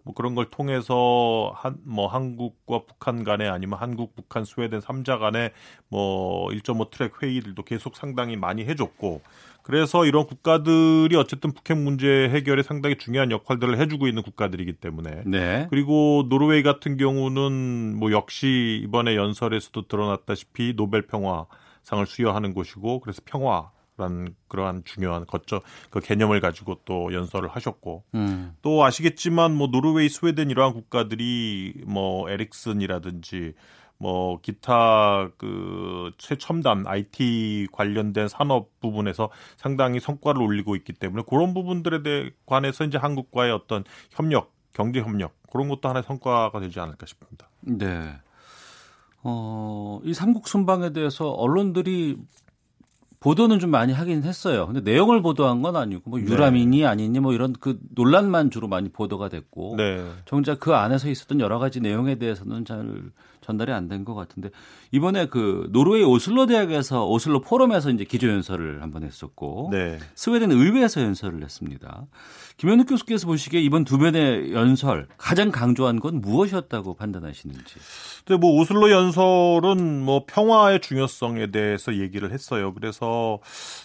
S7: 뭐 그런 걸 통해서 한 뭐 한국과 북한 간에 아니면 한국 북한 스웨덴 3자 간에 뭐 1.5 트랙 회의들도 계속 상당히 많이 해줬고 그래서 이런 국가들이 어쨌든 북핵 문제 해결에 상당히 중요한 역할들을 해주고 있는 국가들이기 때문에
S1: 네.
S7: 그리고 노르웨이 같은 경우는 뭐 역시 이번에 연설에서도 드러났다시피 노벨 평화상을 수여하는 곳이고 그래서 평화 그런 그러한 중요한 거점 그 개념을 가지고 또 연설을 하셨고
S1: 음.
S7: 또 아시겠지만 뭐 노르웨이, 스웨덴 이러한 국가들이 뭐 에릭슨이라든지 뭐 기타 그 최첨단 IT 관련된 산업 부분에서 상당히 성과를 올리고 있기 때문에 그런 부분들에 대해 관해서 이제 한국과의 어떤 협력, 경제 협력 그런 것도 하나의 성과가 되지 않을까 싶습니다.
S1: 네. 어, 이 삼국 순방에 대해서 언론들이 보도는 좀 많이 하긴 했어요. 근데 내용을 보도한 건 아니고
S7: 네.
S1: 뭐 유람이니 아니니 뭐 이런 그 논란만 주로 많이 보도가 됐고
S7: 네.
S1: 정작 그 안에서 있었던 여러 가지 내용에 대해서는 잘 전달이 안 된 것 같은데 이번에 그 노르웨이 오슬로 대학에서 오슬로 포럼에서 이제 기조연설을 한번 했었고
S7: 네.
S1: 스웨덴 의회에서 연설을 했습니다. 김현욱 교수께서 보시기에 이번 두 면의 연설 가장 강조한 건 무엇이었다고 판단하시는지.
S7: 근데 뭐 오슬로 연설은 뭐 평화의 중요성에 대해서 얘기를 했어요. 그래서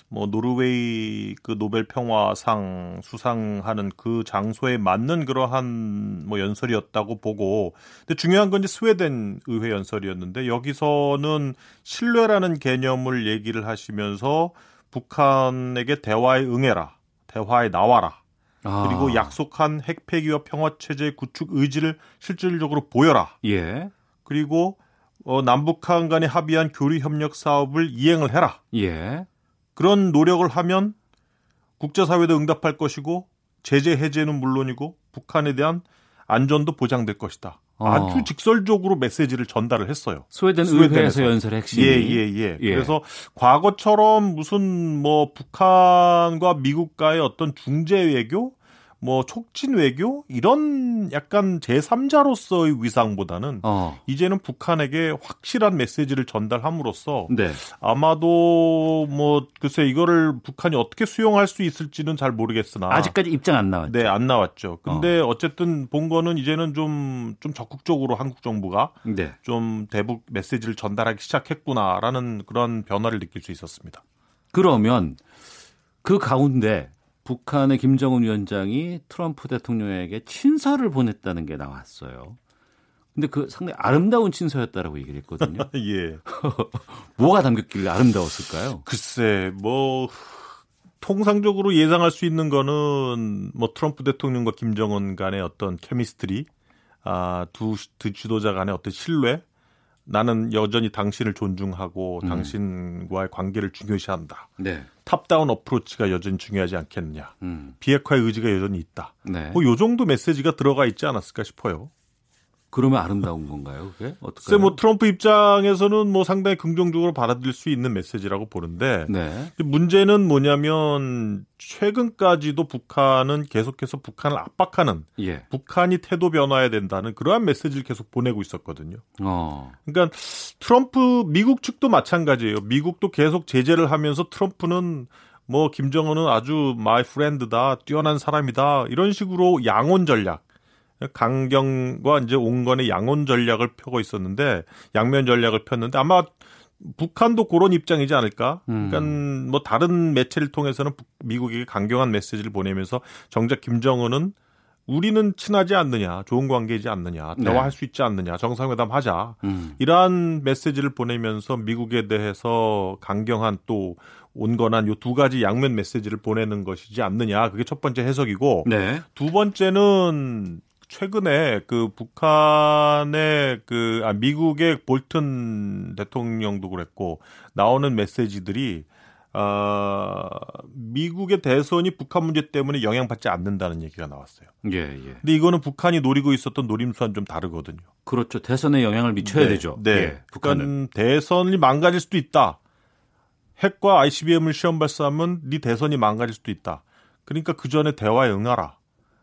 S7: 뭐 노르웨이 그 노벨 평화상 수상하는 그 장소에 맞는 그러한 뭐 연설이었다고 보고 근데 중요한 건 이제 스웨덴 의회 연설이었는데 여기서는 신뢰라는 개념을 얘기를 하시면서 북한에게 대화에 응해라. 대화에 나와라. 그리고
S1: 아,
S7: 약속한 핵 폐기와 평화 체제 구축 의지를 실질적으로 보여라.
S1: 예,
S7: 그리고 어, 남북한 간에 합의한 교류 협력 사업을 이행을 해라.
S1: 예,
S7: 그런 노력을 하면 국제사회도 응답할 것이고 제재 해제는 물론이고 북한에 대한 안전도 보장될 것이다.
S1: 어.
S7: 아주 직설적으로 메시지를 전달을 했어요.
S1: 스웨덴
S7: 스웨덴에서.
S1: 의회에서 연설의 핵심이.
S7: 예예예.
S1: 예.
S7: 그래서 과거처럼 무슨 뭐 북한과 미국과의 어떤 중재 외교, 뭐 촉진 외교 이런 약간 제3자로서의 위상보다는
S1: 어,
S7: 이제는 북한에게 확실한 메시지를 전달함으로써
S1: 네,
S7: 아마도 뭐 글쎄 이거를 북한이 어떻게 수용할 수 있을지는 잘 모르겠으나
S1: 아직까지 입장 안 나왔죠.
S7: 네, 안 나왔죠. 근데 어. 쨌든본 거는 이제는 좀, 좀 적극적으로 한국 정부가
S1: 네.
S7: 좀 대북 메시지를 전달하기 시작했구나라는 그런 변화를 느낄 수 있었습니다.
S1: 그러면 그 가운데 북한의 김정은 위원장이 트럼프 대통령에게 친서를 보냈다는 게 나왔어요. 근데 그 상당히 아름다운 친서였다라고 얘기를 했거든요.
S7: 예.
S1: 뭐가 담겼길래 아름다웠을까요?
S7: 글쎄, 뭐 통상적으로 예상할 수 있는 거는 뭐 트럼프 대통령과 김정은 간의 어떤 케미스트리, 아, 두, 시- 두 지도자 간의 어떤 신뢰, 나는 여전히 당신을 존중하고
S1: 음.
S7: 당신과의 관계를 중요시한다.
S1: 네.
S7: 탑다운 어프로치가 여전히 중요하지 않겠느냐.
S1: 음.
S7: 비핵화의 의지가 여전히 있다.
S1: 네.
S7: 뭐 요 정도 메시지가 들어가 있지 않았을까 싶어요.
S1: 그러면 아름다운 건가요? 그게? 어떻게?
S7: 글쎄 뭐 트럼프 입장에서는 뭐 상당히 긍정적으로 받아들일 수 있는 메시지라고 보는데
S1: 네.
S7: 문제는 뭐냐면 최근까지도 북한은 계속해서 북한을 압박하는
S1: 예.
S7: 북한이 태도 변화해야 된다는 그러한 메시지를 계속 보내고 있었거든요.
S1: 어.
S7: 그러니까 트럼프 미국 측도 마찬가지예요. 미국도 계속 제재를 하면서 트럼프는 뭐 김정은은 아주 마이 프렌드다, 뛰어난 사람이다 이런 식으로 양온 전략, 강경과 이제 온건의 양온 전략을 펴고 있었는데 양면 전략을 폈는데 아마 북한도 그런 입장이지 않을까? 그러니까 뭐 다른 매체를 통해서는 북- 미국에게 강경한 메시지를 보내면서 정작 김정은은 우리는 친하지 않느냐, 좋은 관계이지 않느냐,
S1: 네.
S7: 대화할 수 있지 않느냐, 정상회담 하자.
S1: 음.
S7: 이러한 메시지를 보내면서 미국에 대해서 강경한 또 온건한 요 두 가지 양면 메시지를 보내는 것이지 않느냐. 그게 첫 번째 해석이고
S1: 네.
S7: 두 번째는 최근에 그 북한의 그 아, 미국의 볼튼 대통령도 그랬고 나오는 메시지들이 아 미국의 대선이 북한 문제 때문에 영향받지 않는다는 얘기가 나왔어요.
S1: 예, 예.
S7: 근데 이거는 북한이 노리고 있었던 노림수와는 좀 다르거든요.
S1: 그렇죠. 대선에 영향을 미쳐야
S7: 네,
S1: 되죠.
S7: 네.
S1: 예, 북한은.
S7: 북한 대선이 망가질 수도 있다. 핵과 ICBM을 시험 발사하면 네 대선이 망가질 수도 있다. 그러니까 그 전에 대화에 응하라.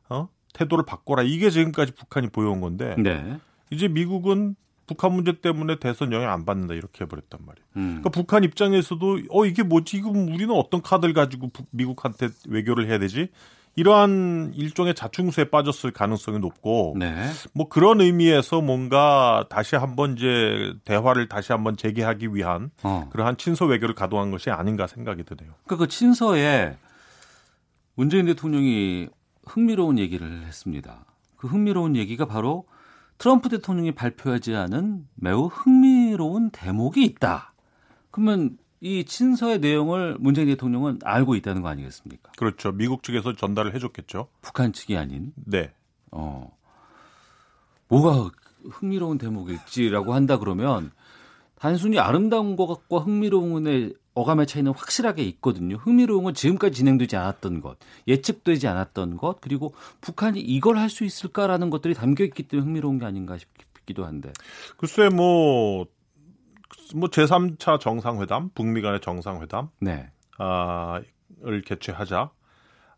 S7: 어? 태도를 바꿔라. 이게 지금까지 북한이 보여온 건데
S1: 네.
S7: 이제 미국은 북한 문제 때문에 대선 영향 안 받는다 이렇게 해버렸단 말이에요.
S1: 음.
S7: 그러니까 북한 입장에서도 어 이게 뭐지? 지금 우리는 어떤 카드를 가지고 북- 미국한테 외교를 해야 되지? 이러한 일종의 자충수에 빠졌을 가능성이 높고
S1: 네.
S7: 뭐 그런 의미에서 뭔가 다시 한번 이제 대화를 다시 한번 재개하기 위한
S1: 어.
S7: 그러한 친서 외교를 가동한 것이 아닌가 생각이 드네요.
S1: 그러니까 그 친서에 문재인 대통령이 흥미로운 얘기를 했습니다. 그 흥미로운 얘기가 바로 트럼프 대통령이 발표하지 않은 매우 흥미로운 대목이 있다. 그러면 이 친서의 내용을 문재인 대통령은 알고 있다는 거 아니겠습니까?
S7: 그렇죠. 미국 측에서 전달을 해줬겠죠.
S1: 북한 측이 아닌
S7: 네.
S1: 어 뭐가 흥미로운 대목일지라고 한다 그러면 단순히 아름다운 것과 흥미로운의 어감의 차이는 확실하게 있거든요. 흥미로운 건 지금까지 진행되지 않았던 것, 예측되지 않았던 것, 그리고 북한이 이걸 할 수 있을까라는 것들이 담겨 있기 때문에 흥미로운 게 아닌가 싶기도 한데.
S7: 글쎄 뭐. 뭐 제3차 정상회담, 북미 간의 정상회담,
S1: 네.
S7: 아을 개최하자.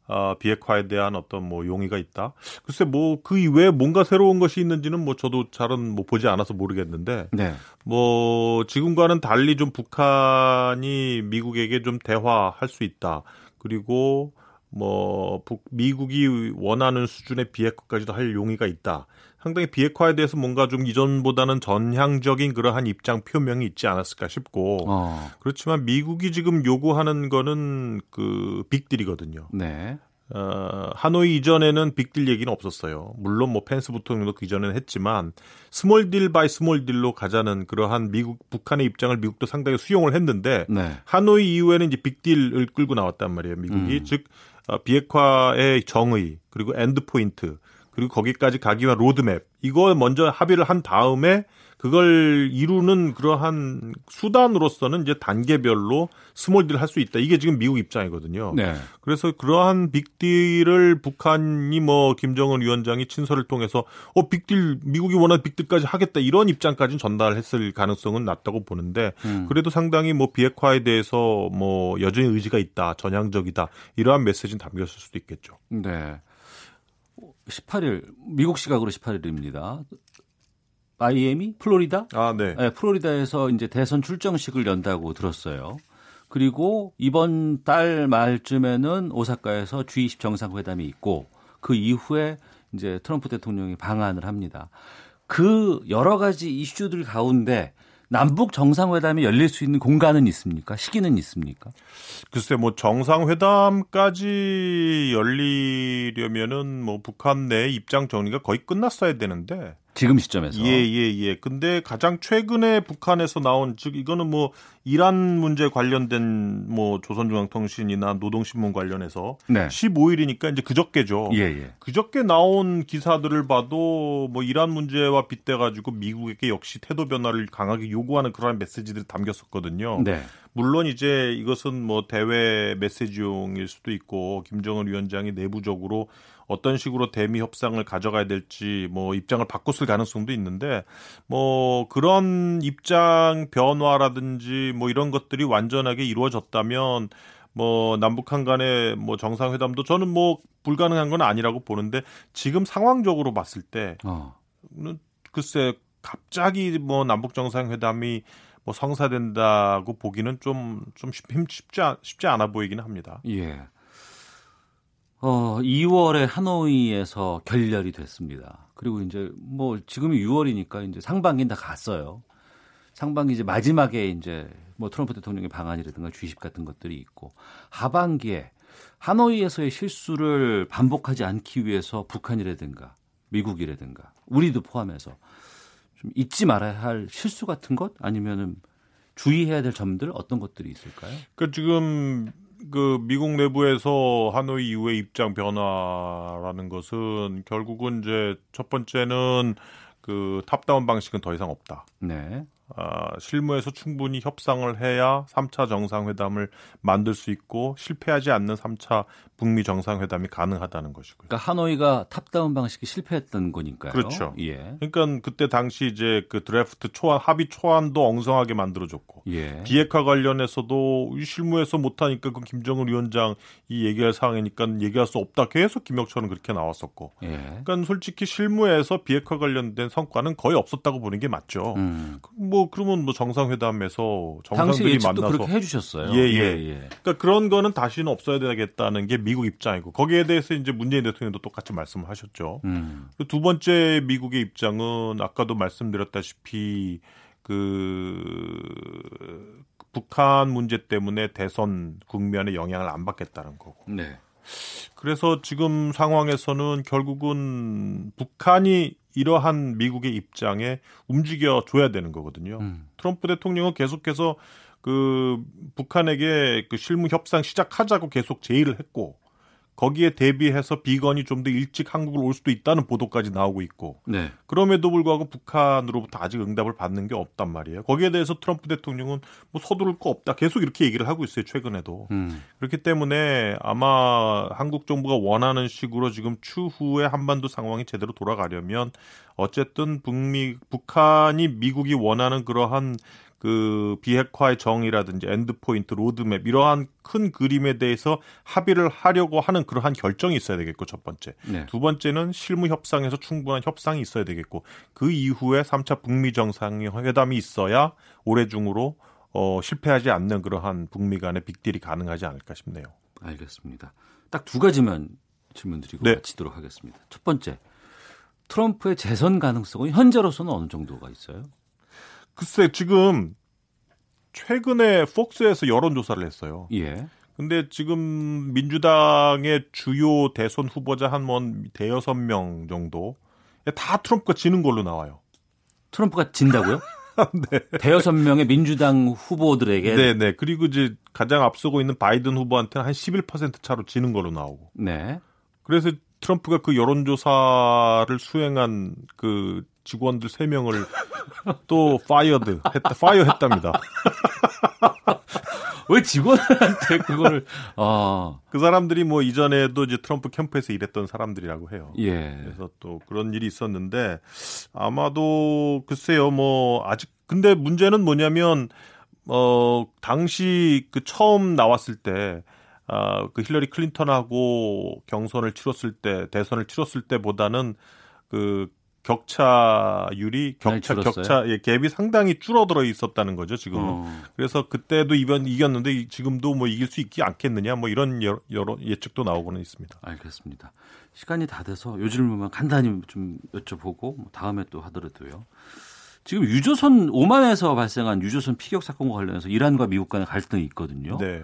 S7: 아, 비핵화에 대한 어떤 뭐 용의가 있다. 글쎄 뭐 그 이외에 뭔가 새로운 것이 있는지는 뭐 저도 잘은 뭐 보지 않아서 모르겠는데
S1: 네.
S7: 뭐 지금과는 달리 좀 북한이 미국에게 좀 대화할 수 있다. 그리고 뭐 북, 미국이 원하는 수준의 비핵화까지도 할 용의가 있다. 상당히 비핵화에 대해서 뭔가 좀 이전보다는 전향적인 그러한 입장 표명이 있지 않았을까 싶고
S1: 어.
S7: 그렇지만 미국이 지금 요구하는 거는 그 빅딜이거든요.
S1: 네.
S7: 어, 하노이 이전에는 빅딜 얘기는 없었어요. 물론 뭐 펜스 부통령도 그 이전에는 했지만 스몰딜 바이 스몰딜로 가자는 그러한 미국 북한의 입장을 미국도 상당히 수용을 했는데
S1: 네.
S7: 하노이 이후에는 이제 빅딜을 끌고 나왔단 말이에요. 미국이
S1: 음.
S7: 즉 어, 비핵화의 정의 그리고 엔드 포인트 그리고 거기까지 가기 위한 로드맵 이걸 먼저 합의를 한 다음에 그걸 이루는 그러한 수단으로서는 이제 단계별로 스몰딜 할 수 있다. 이게 지금 미국 입장이거든요.
S1: 네.
S7: 그래서 그러한 빅딜을 북한이 뭐 김정은 위원장이 친서를 통해서 어 빅딜 미국이 원하는 빅딜까지 하겠다 이런 입장까지는 전달했을 가능성은 낮다고 보는데
S1: 음.
S7: 그래도 상당히 뭐 비핵화에 대해서 뭐 여전히 의지가 있다 전향적이다 이러한 메시지는 담겼을 수도 있겠죠.
S1: 네. 18일 미국 시각으로 18일입니다. 마이애미, 플로리다?
S7: 아 네.
S1: 네, 플로리다에서 이제 대선 출정식을 연다고 들었어요. 그리고 이번 달 말쯤에는 오사카에서 G20 정상회담이 있고 그 이후에 이제 트럼프 대통령이 방한을 합니다. 그 여러 가지 이슈들 가운데 남북 정상회담이 열릴 수 있는 공간은 있습니까? 시기는 있습니까?
S7: 글쎄 뭐 정상회담까지 열리려면은 뭐 북한 내 입장 정리가 거의 끝났어야 되는데
S1: 지금 시점에서.
S7: 예, 예, 예. 근데 가장 최근에 북한에서 나온 즉 이거는 뭐 이란 문제 관련된 뭐 조선중앙통신이나 노동신문 관련해서
S1: 네.
S7: 15일이니까 이제 그저께죠.
S1: 예, 예.
S7: 그저께 나온 기사들을 봐도 뭐 이란 문제와 빗대 가지고 미국에게 역시 태도 변화를 강하게 요구하는 그러한 메시지들이 담겼었거든요.
S1: 네.
S7: 물론 이제 이것은 뭐 대외 메시지용일 수도 있고 김정은 위원장이 내부적으로 어떤 식으로 대미 협상을 가져가야 될지 뭐 입장을 바꿨을 가능성도 있는데 뭐 그런 입장 변화라든지 뭐 이런 것들이 완전하게 이루어졌다면 뭐 남북한 간의 뭐 정상회담도 저는 뭐 불가능한 건 아니라고 보는데 지금 상황적으로 봤을 때
S1: 어.
S7: 는 글쎄 갑자기 뭐 남북 정상회담이 뭐 성사된다고 보기는 좀좀 쉽지 않- 쉽지 않아 보이기는 합니다.
S1: 예. 어, 2월에 하노이에서 결렬이 됐습니다. 그리고 이제 뭐 지금이 6월이니까 이제 상반기는 다 갔어요. 상반기 이제 마지막에 이제 뭐 트럼프 대통령의 방안이라든가 주식 같은 것들이 있고 하반기에 하노이에서의 실수를 반복하지 않기 위해서 북한이라든가 미국이라든가 우리도 포함해서 좀 잊지 말아야 할 실수 같은 것 아니면은 주의해야 될 점들 어떤 것들이 있을까요?
S7: 그 지금 그 미국 내부에서 하노이 이후의 입장 변화라는 것은 결국은 이제 첫 번째는 그 탑다운 방식은 더 이상 없다.
S1: 네.
S7: 아, 실무에서 충분히 협상을 해야 3차 정상회담을 만들 수 있고 실패하지 않는 3차 북미 정상회담이 가능하다는 것이고요.
S1: 그러니까 하노이가 탑다운 방식이 실패했던 거니까요.
S7: 그렇죠.
S1: 예.
S7: 그러니까 그때 당시 이제 그 드래프트 초안 합의 초안도 엉성하게 만들어줬고
S1: 예.
S7: 비핵화 관련해서도 이 실무에서 못하니까 그 김정은 위원장 이 얘기할 사항이니까 얘기할 수 없다 계속 김혁철은 그렇게 나왔었고
S1: 예.
S7: 그러니까 솔직히 실무에서 비핵화 관련된 성과는 거의 없었다고 보는 게 맞죠.
S1: 음.
S7: 뭐 그러면 뭐 정상회담에서
S1: 당시
S7: 정상들이
S1: 예측도
S7: 만나서
S1: 그렇게 해주셨어요.
S7: 예, 예. 그러니까 그런 거는 다시는 없어야 되겠다는 게 미국 입장이고 거기에 대해서 이제 문재인 대통령도 똑같이 말씀을 하셨죠.
S1: 음.
S7: 그두 번째 미국의 입장은 아까도 말씀드렸다시피 그 북한 문제 때문에 대선 국면에 영향을 안 받겠다는 거고.
S1: 네.
S7: 그래서 지금 상황에서는 결국은 북한이 이러한 미국의 입장에 움직여 줘야 되는 거거든요.
S1: 음.
S7: 트럼프 대통령은 계속해서 그 북한에게 그 실무 협상 시작하자고 계속 제의를 했고 거기에 대비해서 비건이 좀 더 일찍 한국을 올 수도 있다는 보도까지 나오고 있고
S1: 네.
S7: 그럼에도 불구하고 북한으로부터 아직 응답을 받는 게 없단 말이에요. 거기에 대해서 트럼프 대통령은 뭐 서두를 거 없다 계속 이렇게 얘기를 하고 있어요. 최근에도
S1: 음.
S7: 그렇기 때문에 아마 한국 정부가 원하는 식으로 지금 추후에 한반도 상황이 제대로 돌아가려면 어쨌든 북미 북한이 미국이 원하는 그러한 그 비핵화의 정의라든지 엔드포인트 로드맵 이러한 큰 그림에 대해서 합의를 하려고 하는 그러한 결정이 있어야 되겠고 첫 번째
S1: 네.
S7: 두 번째는 실무 협상에서 충분한 협상이 있어야 되겠고 그 이후에 3차 북미 정상회담이 있어야 올해 중으로 어, 실패하지 않는 그러한 북미 간의 빅딜이 가능하지 않을까 싶네요.
S1: 알겠습니다. 딱 두 가지만 질문 드리고
S7: 네.
S1: 마치도록 하겠습니다. 첫 번째. 트럼프의 재선 가능성은 현재로서는 어느 정도가 있어요?
S7: 글쎄 지금 최근에 폭스에서 여론조사를 했어요.
S1: 예.
S7: 근데 지금 민주당의 주요 대선 후보자 한원 대여섯 명 정도 다 트럼프가 지는 걸로 나와요.
S1: 트럼프가 진다고요? 대여섯 명의 민주당 후보들에게 네.
S7: 네, 네. 그리고 이제 가장 앞서고 있는 바이든 후보한테는 한 11% 차로 지는 걸로 나오고.
S1: 네.
S7: 그래서 트럼프가 그 여론조사를 수행한 그 직원들 3명을 또 파이어드 했다, 파이어 했답니다.
S1: 왜 직원한테 그거를 아,
S7: 그 사람들이 뭐 이전에도 이제 트럼프 캠프에서 일했던 사람들이라고 해요.
S1: 예.
S7: 네. 그래서 또 그런 일이 있었는데 아마도 글쎄요 뭐 아직 근데 문제는 뭐냐면 어 당시 그 처음 나왔을 때 아, 그 힐러리 클린턴하고 경선을 치렀을 때 대선을 치렀을 때보다는 그 격차율이
S1: 많이
S7: 격차
S1: 줄었어요?
S7: 격차 예, 갭이 상당히 줄어들어 있었다는 거죠 지금. 은
S1: 어.
S7: 그래서 그때도 이번 이겼는데 이- 지금도 뭐 이길 수 있지 않겠느냐 뭐 이런 여러, 여러 예측도 나오고는 있습니다.
S1: 알겠습니다. 시간이 다 돼서 요 질문만 간단히 좀 여쭤보고 뭐 다음에 또 하더라도요. 지금 유조선 오만에서 발생한 유조선 피격 사건과 관련해서 이란과 미국 간의 갈등이 있거든요.
S7: 네.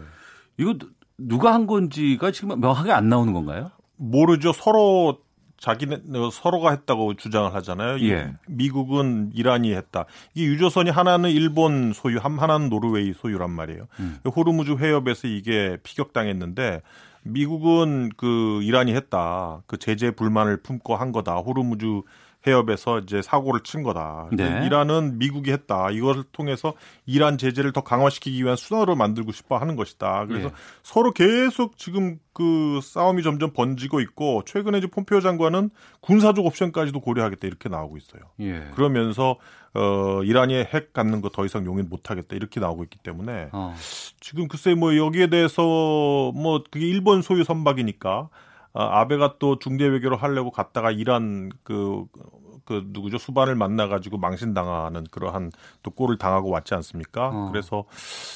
S1: 이거 누- 누가 한 건지가 지금 명확하게 안 나오는 건가요?
S7: 모르죠. 서로 자기네 서로가 했다고 주장을 하잖아요. 이
S1: 예.
S7: 미국은 이란이 했다. 이게 유조선이 하나는 일본 소유, 함- 하나는 노르웨이 소유란 말이에요. 그
S1: 음.
S7: 호르무즈 해협에서 이게 피격당했는데 미국은 그 이란이 했다. 그 제재 불만을 품고 한 거다. 호르무즈 해협에서 이제 사고를 친 거다. 근데
S1: 네.
S7: 이란은 미국이 했다. 이것을 통해서 이란 제재를 더 강화시키기 위한 수단으로 만들고 싶어 하는 것이다. 그래서
S1: 예.
S7: 서로 계속 지금 그 싸움이 점점 번지고 있고 최근에 이제 폼페오 장관은 군사적 옵션까지도 고려하겠다 이렇게 나오고 있어요.
S1: 예.
S7: 그러면서 어 이란이 핵 갖는 거 더 이상 용인 못 하겠다 이렇게 나오고 있기 때문에
S1: 어.
S7: 지금 글쎄 뭐 여기에 대해서 뭐 그게 일본 소유 선박이니까 아, 아베가 또 중대 외교를 하려고 갔다가 이란 그, 그 누구죠 수반을 만나가지고 망신당하는 그러한 또 꼴을 당하고 왔지 않습니까?
S1: 어.
S7: 그래서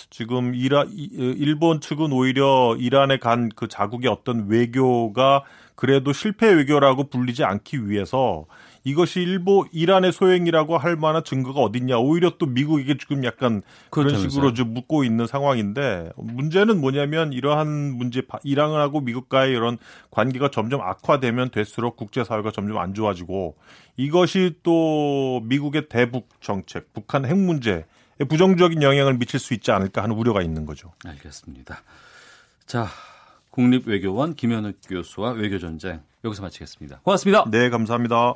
S7: 지금 이라 이- 일본 측은 오히려 이란에 간 그 자국의 어떤 외교가 그래도 실패 외교라고 불리지 않기 위해서 이것이 일본 이란의 소행이라고 할 만한 증거가 어딨냐 오히려 또 미국에게 지금 약간 그런
S1: 그렇다면서요.
S7: 식으로 지금 묻고 있는 상황인데 문제는 뭐냐면 이러한 문제 바- 이란하고 미국과의 이런 관계가 점점 악화되면 될수록 국제사회가 점점 안 좋아지고 이것이 또 미국의 대북 정책, 북한 핵 문제에 부정적인 영향을 미칠 수 있지 않을까 하는 우려가 있는 거죠.
S1: 알겠습니다. 자, 국립외교원 김현욱 교수와 외교전쟁 여기서 마치겠습니다. 고맙습니다.
S7: 네, 감사합니다.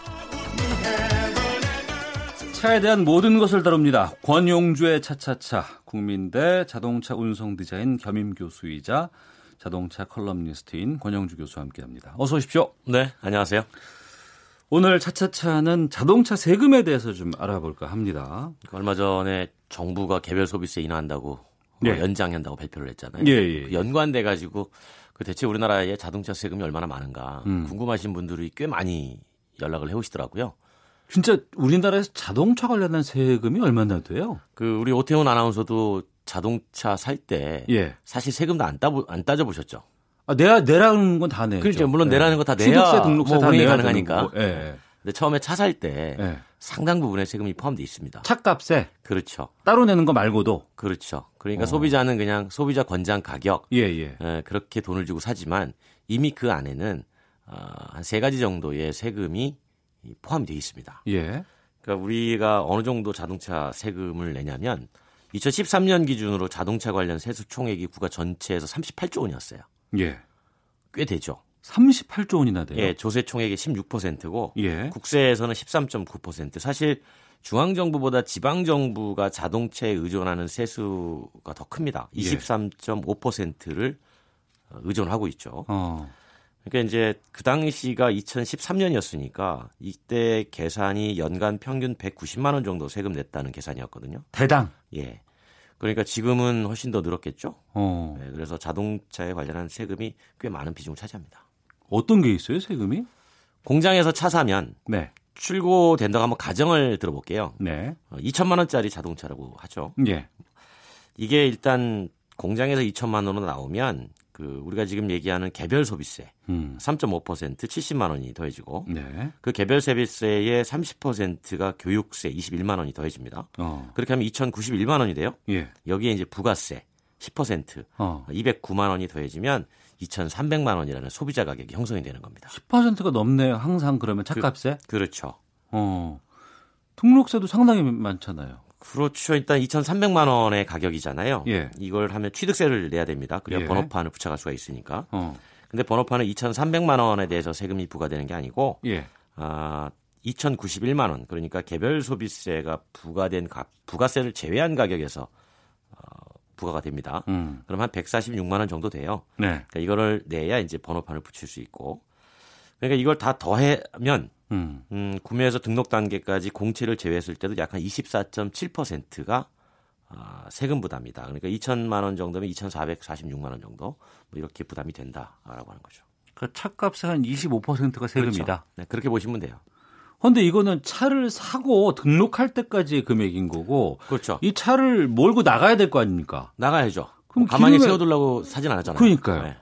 S1: 차에 대한 모든 것을 다룹니다. 권용주의 차차차 국민대 자동차 운송 디자인 겸임 교수이자 자동차 컬럼니스트인 권영주 교수와 함께합니다. 어서 오십시오.
S8: 네, 안녕하세요.
S1: 오늘 차차차는 자동차 세금에 대해서 좀 알아볼까 합니다.
S8: 얼마 전에 정부가 개별 소비세 인하한다고
S1: 예.
S8: 어, 연장한다고 발표를 했잖아요.
S1: 예, 예.
S8: 그 연관돼 가지고 그 대체 우리나라의 자동차 세금이 얼마나 많은가
S1: 음.
S8: 궁금하신 분들이 꽤 많이 연락을 해오시더라고요.
S1: 진짜 우리나라에서 자동차 관련된 세금이 얼마나 돼요?
S8: 그 우리 오태훈 아나운서도 자동차 살 때
S1: 예.
S8: 사실 세금도 안, 따보, 안 따져보셨죠?
S1: 아, 내야 내라는 건 다 내죠.
S8: 그렇죠. 물론
S1: 예.
S8: 내라는 거 다 내야
S1: 취득세, 등록세
S8: 뭐
S1: 다
S8: 운행이
S1: 내야
S8: 가능하니까.
S1: 되는 거고. 예.
S8: 근데 처음에 차 살 때
S1: 예.
S8: 상당 부분의 세금이 포함되어 있습니다.
S1: 차값에
S8: 그렇죠.
S1: 따로 내는 거 말고도
S8: 그렇죠. 그러니까
S1: 어.
S8: 소비자는 그냥 소비자 권장 가격
S1: 예, 예.
S8: 에, 그렇게 돈을 주고 사지만 이미 그 안에는 어, 한 세 가지 정도의 세금이 이 포함되어 있습니다.
S1: 예.
S8: 그러니까 우리가 어느 정도 자동차 세금을 내냐면 2013년 기준으로 자동차 관련 세수 총액이 국가 전체에서 38조 원이었어요.
S1: 예.
S8: 꽤 되죠.
S1: 38조 원이나 돼요.
S8: 예, 조세 총액의 16%고
S1: 예.
S8: 국세에서는 13.9%. 사실 중앙 정부보다 지방 정부가 자동차에 의존하는 세수가 더 큽니다.
S1: 예.
S8: 23.5%를 의존하고 있죠.
S1: 어.
S8: 그러니까 이제 그 당시가 2013년이었으니까 이때 계산이 연간 평균 190만 원 정도 세금 냈다는 계산이었거든요.
S1: 대당.
S8: 예. 그러니까 지금은 훨씬 더 늘었겠죠.
S1: 어.
S8: 예, 그래서 자동차에 관련한 세금이 꽤 많은 비중을 차지합니다.
S1: 어떤 게 있어요, 세금이?
S8: 공장에서 차 사면
S1: 네.
S8: 출고된다고 한번 가정을 들어볼게요.
S1: 네.
S8: 어, 2천만 원짜리 자동차라고 하죠.
S1: 예.
S8: 이게 일단 공장에서 2천만 원으로 나오면 그 우리가 지금 얘기하는 개별 소비세
S1: 음.
S8: 3.5% 70만 원이 더해지고
S1: 네.
S8: 그 개별 세비세의 30%가 교육세 21만 원이 더해집니다.
S1: 어.
S8: 그렇게 하면 2,091만 원이 돼요.
S1: 예.
S8: 여기에 이제 부가세 10%
S1: 어.
S8: 209만 원이 더해지면 2,300만 원이라는 소비자 가격이 형성이 되는 겁니다.
S1: 10%가 넘네요. 항상 그러면 차값에.
S8: 그렇죠.
S1: 어. 등록세도 상당히 많잖아요.
S8: 그렇죠. 일단 2,300만 원의 가격이잖아요.
S1: 예.
S8: 이걸 하면 취득세를 내야 됩니다. 그래야
S1: 예.
S8: 번호판을 붙여갈 수가 있으니까.
S1: 어.
S8: 근데 번호판은 2,300만 원에 대해서 세금이 부과되는 게 아니고
S1: 예.
S8: 아, 2,091만 원. 그러니까 개별 소비세가 부과된 가, 부가세를 제외한 가격에서 어, 부과가 됩니다.
S1: 음.
S8: 그럼 한 146만 원 정도 돼요.
S1: 네.
S8: 그러니까 이거를 내야 이제 번호판을 붙일 수 있고. 그러니까 이걸 다 더하면
S1: 음.
S8: 음, 구매에서 등록 단계까지 공채를 제외했을 때도 약 한 24.7%가 아, 세금 부담이다. 그러니까 2천만 원 정도면 2,446만 원 정도 뭐 이렇게 부담이 된다라고 하는 거죠.
S1: 그러니까 차값의 한 25%가 세금이다.
S8: 네, 그렇게 보시면 돼요.
S1: 그런데 이거는 차를 사고 등록할 때까지의 금액인 거고
S8: 그렇죠.
S1: 이 차를 몰고 나가야 될 거 아닙니까?
S8: 나가야죠.
S1: 그럼
S8: 뭐 가만히
S1: 기름에-
S8: 세워두려고 사진 않았잖아요. 네.
S1: 그러니까요.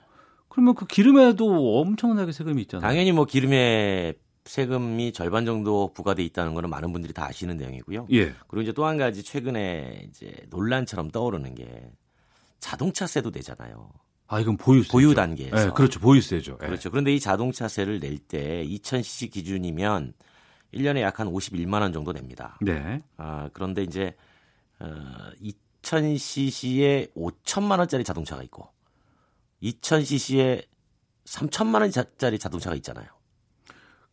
S1: 그러면 그 기름에도 엄청나게 세금이 있잖아요.
S8: 당연히 뭐 기름에 세금이 절반 정도 부과돼 있다는 거는 많은 분들이 다 아시는 내용이고요.
S1: 예.
S8: 그리고 이제 또 한 가지 최근에 이제 논란처럼 떠오르는 게 자동차세도 내잖아요.
S1: 아 이건 보유세.
S8: 보유 단계에서.
S1: 예, 그렇죠. 보유세죠. 예.
S8: 그렇죠. 그런데 이 자동차세를 낼 때 2000cc 기준이면 1년에 약 한 51만 원 정도 냅니다.
S1: 네.
S8: 아, 그런데 이제 어, 2000cc에 5천만 원짜리 자동차가 있고 2000cc에 3천만 원짜리 자동차가 있잖아요.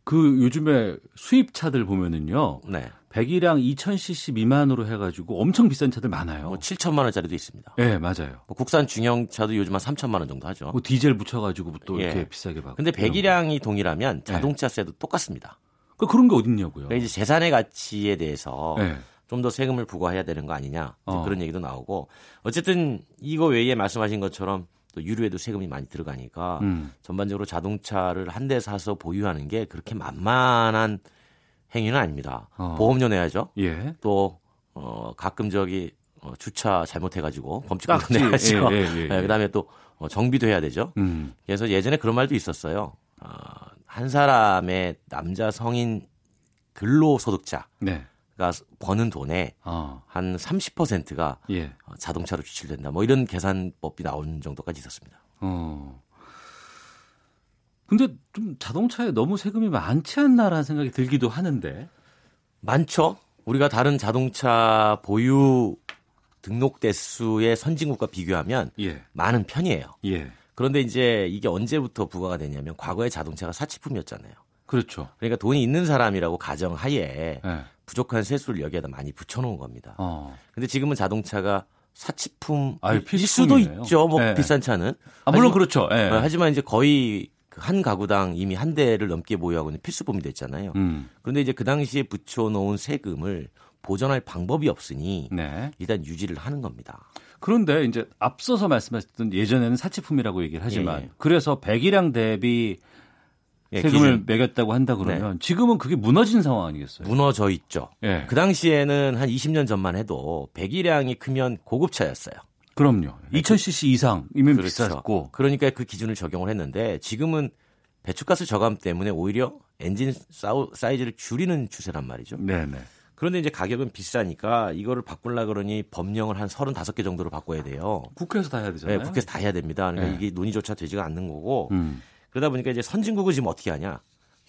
S1: 그 요즘에 수입차들 보면은요.
S8: 네.
S1: 100이랑 2000cc 미만으로 해가지고 엄청 비싼 차들 많아요.
S8: 뭐 7천만 원짜리도 있습니다.
S1: 예, 맞아요.
S8: 뭐 국산 중형차도 요즘 한 3천만 원 정도 하죠.
S1: 뭐 디젤 붙여가지고 또
S8: 예.
S1: 이렇게 비싸게 받고.
S8: 근데 배기량이 동일하면
S1: 네.
S8: 자동차세도 똑같습니다.
S1: 그 그런 게 어딨냐고요.
S8: 그러니까 이제 재산의 가치에 대해서
S1: 예.
S8: 좀 더 세금을 부과해야 되는 거 아니냐 이제
S1: 어.
S8: 그런 얘기도 나오고 어쨌든 이거 외에 말씀하신 것처럼 또 유류에도 세금이 많이 들어가니까
S1: 음.
S8: 전반적으로 자동차를 한 대 사서 보유하는 게 그렇게 만만한 행위는 아닙니다.
S1: 어.
S8: 보험료 내야죠.
S1: 예.
S8: 또 어, 가끔 저기 어, 주차 잘못해가지고
S1: 딱지.
S8: 범칙금도 내야죠.
S1: 예, 예, 예,
S8: 네,
S1: 예.
S8: 그다음에 또 어, 정비도 해야 되죠.
S1: 음.
S8: 그래서 예전에 그런 말도 있었어요. 어, 한 사람의 남자 성인 근로소득자
S1: 네.
S8: 가 버는 돈의
S1: 어.
S8: 한 30%가
S1: 예.
S8: 자동차로 추출된다. 뭐 이런 계산법이 나오는 정도까지 있었습니다.
S1: 어. 근데 좀 자동차에 너무 세금이 많지 않나라는 생각이 들기도 하는데.
S8: 많죠? 우리가 다른 자동차 보유 등록 대수의 선진국과 비교하면
S1: 예.
S8: 많은 편이에요.
S1: 예.
S8: 그런데 이제 이게 언제부터 부과가 되냐면 과거에 자동차가 사치품이었잖아요.
S1: 그렇죠.
S8: 그러니까 돈이 있는 사람이라고 가정하에
S1: 예.
S8: 부족한 세수를 여기에다 많이 붙여놓은 겁니다.
S1: 어.
S8: 근데 지금은 자동차가 사치품일
S1: 아유,
S8: 수도
S1: 필수품이네요.
S8: 있죠. 뭐
S1: 네.
S8: 비싼 차는.
S1: 아, 물론
S8: 하지만-
S1: 그렇죠. 예.
S8: 어, 하지만 이제 거의 그한 가구당 이미 한 대를 넘게 보유하고 있는 필수품이 됐잖아요.
S1: 음.
S8: 그런데 이제 그 당시에 붙여놓은 세금을 보전할 방법이 없으니
S1: 네.
S8: 일단 유지를 하는 겁니다.
S1: 그런데 이제 앞서서 말씀하셨던 예, 예전에는 사치품이라고 얘기를 하지만
S8: 예.
S1: 그래서 배기량 대비
S8: 예,
S1: 세금을
S8: 기준.
S1: 매겼다고 한다 그러면 지금은 그게 네. 무너진 상황 아니겠어요?
S8: 무너져 있죠.
S1: 예.
S8: 그 당시에는 한 20년 전만 해도 배기량이 크면 고급차였어요.
S1: 네, 그럼요. 그렇죠. 2000cc 이상이면 비쌌고
S8: 그러니까 그 기준을 적용을 했는데 지금은 배출가스 저감 때문에 오히려 엔진 사우- 사이즈를 줄이는 추세란 말이죠.
S1: 네네.
S8: 그런데 이제 가격은 비싸니까 이거를 바꾸려 그러니 법령을 한 35개 정도로 바꿔야 돼요.
S1: 국회에서 다 해야 되잖아요.
S8: 네, 국회에서 다 해야 됩니다. 그러니까
S1: 네.
S8: 이게 논의조차 되지가 않는 거고
S1: 음.
S8: 그러다 보니까 이제 선진국은 지금 어떻게 하냐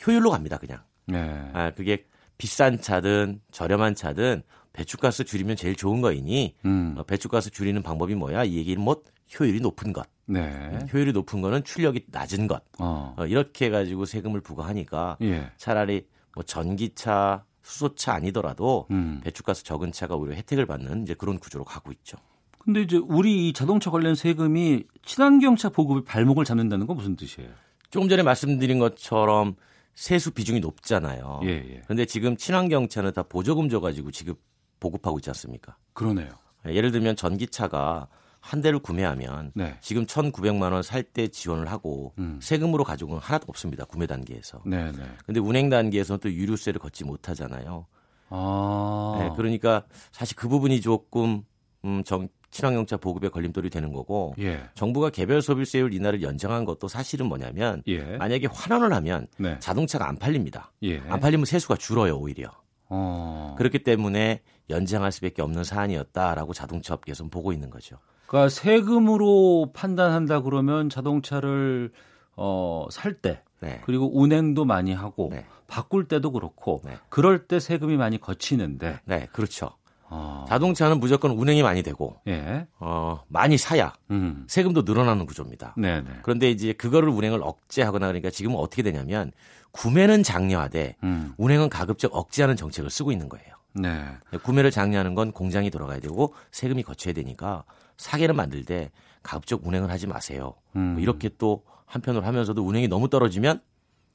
S8: 효율로 갑니다 그냥
S1: 네.
S8: 아 그게 비싼 차든 저렴한 차든 배출가스 줄이면 제일 좋은 거이니
S1: 음.
S8: 어, 배출가스 줄이는 방법이 뭐야 이 얘기는 뭐 효율이 높은 것
S1: 네.
S8: 효율이 높은 거는 출력이 낮은 것
S1: 어.
S8: 어, 이렇게 해가지고 세금을 부과하니까
S1: 예.
S8: 차라리 뭐 전기차 수소차 아니더라도
S1: 음.
S8: 배출가스 적은 차가 오히려 혜택을 받는 이제 그런 구조로 가고 있죠.
S1: 근데 이제 우리 이 자동차 관련 세금이 친환경차 보급의 발목을 잡는다는 건 무슨 뜻이에요?
S8: 조금 전에 말씀드린 것처럼 세수 비중이 높잖아요.
S1: 예, 예.
S8: 그런데 지금 친환경차는 다 보조금 줘가지고 지급 보급하고 있지 않습니까?
S1: 그러네요.
S8: 예를 들면 전기차가 한 대를 구매하면
S1: 네.
S8: 지금 1,900만 원 살 때 지원을 하고
S1: 음.
S8: 세금으로 가져온 건 하나도 없습니다. 구매 단계에서.
S1: 네, 네.
S8: 근데 운행 단계에서는 또 유류세를 걷지 못하잖아요.
S1: 아.
S8: 네, 그러니까 사실 그 부분이 조금 음, 정, 친환경차 보급에 걸림돌이 되는 거고
S1: 예.
S8: 정부가 개별 소비세율 인하를 연장한 것도 사실은 뭐냐면
S1: 예.
S8: 만약에 환원을 하면
S1: 네.
S8: 자동차가 안 팔립니다.
S1: 예.
S8: 안 팔리면 세수가 줄어요 오히려.
S1: 어.
S8: 아, 네. 그렇기 때문에 연장할 수밖에 없는 사안이었다라고 자동차 업계에서는 보고 있는 거죠.
S1: 그러니까 세금으로 판단한다 그러면 자동차를 어, 살 때,
S8: 네.
S1: 그리고 운행도 많이 하고,
S8: 네.
S1: 바꿀 때도 그렇고,
S8: 네.
S1: 그럴 때 세금이 많이 거치는데,
S8: 네, 그렇죠.
S1: 어,
S8: 자동차는 무조건 운행이 많이 되고
S1: 예,
S8: 어, 많이 사야
S1: 음,
S8: 세금도 늘어나는 구조입니다.
S1: 네네,
S8: 그런데 이제 그거를 운행을 억제하거나 그러니까 지금은 어떻게 되냐면 구매는 장려하되
S1: 음,
S8: 운행은 가급적 억제하는 정책을 쓰고 있는 거예요.
S1: 네,
S8: 구매를 장려하는 건 공장이 돌아가야 되고 세금이 거쳐야 되니까 사게는 만들되 가급적 운행을 하지 마세요.
S1: 음,
S8: 뭐 이렇게 또 한편으로 하면서도 운행이 너무 떨어지면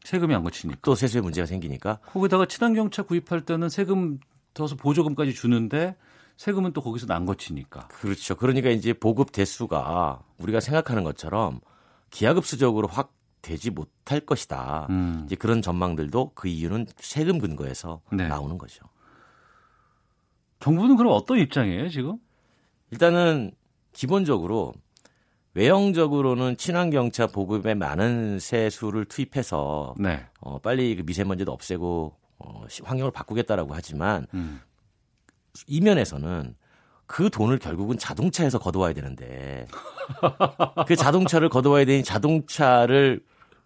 S1: 세금이 안 거치니까.
S8: 또 세수에 문제가 생기니까
S1: 거기다가 친환경차 구입할 때는 세금 더서 보조금까지 주는데 세금은 또 거기서 안 거치니까.
S8: 그렇죠. 그러니까 이제 보급 대수가 우리가 생각하는 것처럼 기하급수적으로 확 되지 못할 것이다.
S1: 음.
S8: 이제 그런 전망들도 그 이유는 세금 근거에서
S1: 네.
S8: 나오는 거죠.
S1: 정부는 그럼 어떤 입장이에요 지금?
S8: 일단은 기본적으로 외형적으로는 친환경차 보급에 많은 세수를 투입해서
S1: 네.
S8: 어, 빨리 그 미세먼지도 없애고 어, 시- 환경을 바꾸겠다라고 하지만
S1: 음.
S8: 이면에서는 그 돈을 결국은 자동차에서 걷어와야 되는데 그 자동차를 걷어와야 되니 자동차를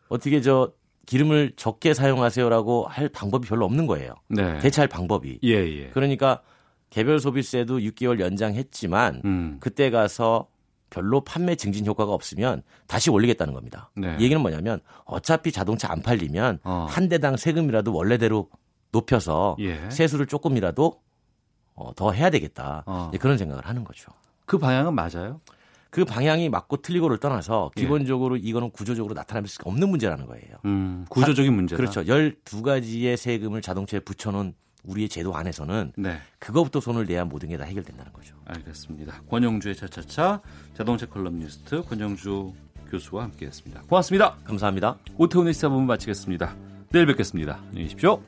S8: 어떻게 저 기름을 적게 사용하세요라고 할 방법이 별로 없는 거예요.
S1: 네.
S8: 대체할 방법이.
S1: 예, 예.
S8: 그러니까 개별 소비세도 6개월 연장했지만
S1: 음.
S8: 그때 가서 별로 판매 증진 효과가 없으면 다시 올리겠다는 겁니다.
S1: 네.
S8: 이그 얘기는 뭐냐면 어차피 자동차 안 팔리면
S1: 어.
S8: 한 대당 세금이라도 원래대로 높여서
S1: 예.
S8: 세수를 조금이라도 어, 더 해야 되겠다.
S1: 어.
S8: 이제 그런 생각을 하는 거죠.
S1: 그 방향은 맞아요?
S8: 그 방향이 맞고 틀리고를 떠나서
S1: 예.
S8: 기본적으로 이거는 구조적으로 나타날 수가 없는 문제라는 거예요.
S1: 음. 구조적인 문제다.
S8: 그렇죠. 12가지의 세금을 자동차에 붙여놓은 우리의 제도 안에서는
S1: 네.
S8: 그거부터 손을 내야 모든 게 다 해결된다는 거죠.
S1: 알겠습니다. 권영주의 차차차 자동차 컬럼니스트 권영주 교수와 함께했습니다. 고맙습니다.
S8: 감사합니다.
S1: 오태훈의 시사본부 마치겠습니다. 내일 뵙겠습니다. 안녕히 계십시오.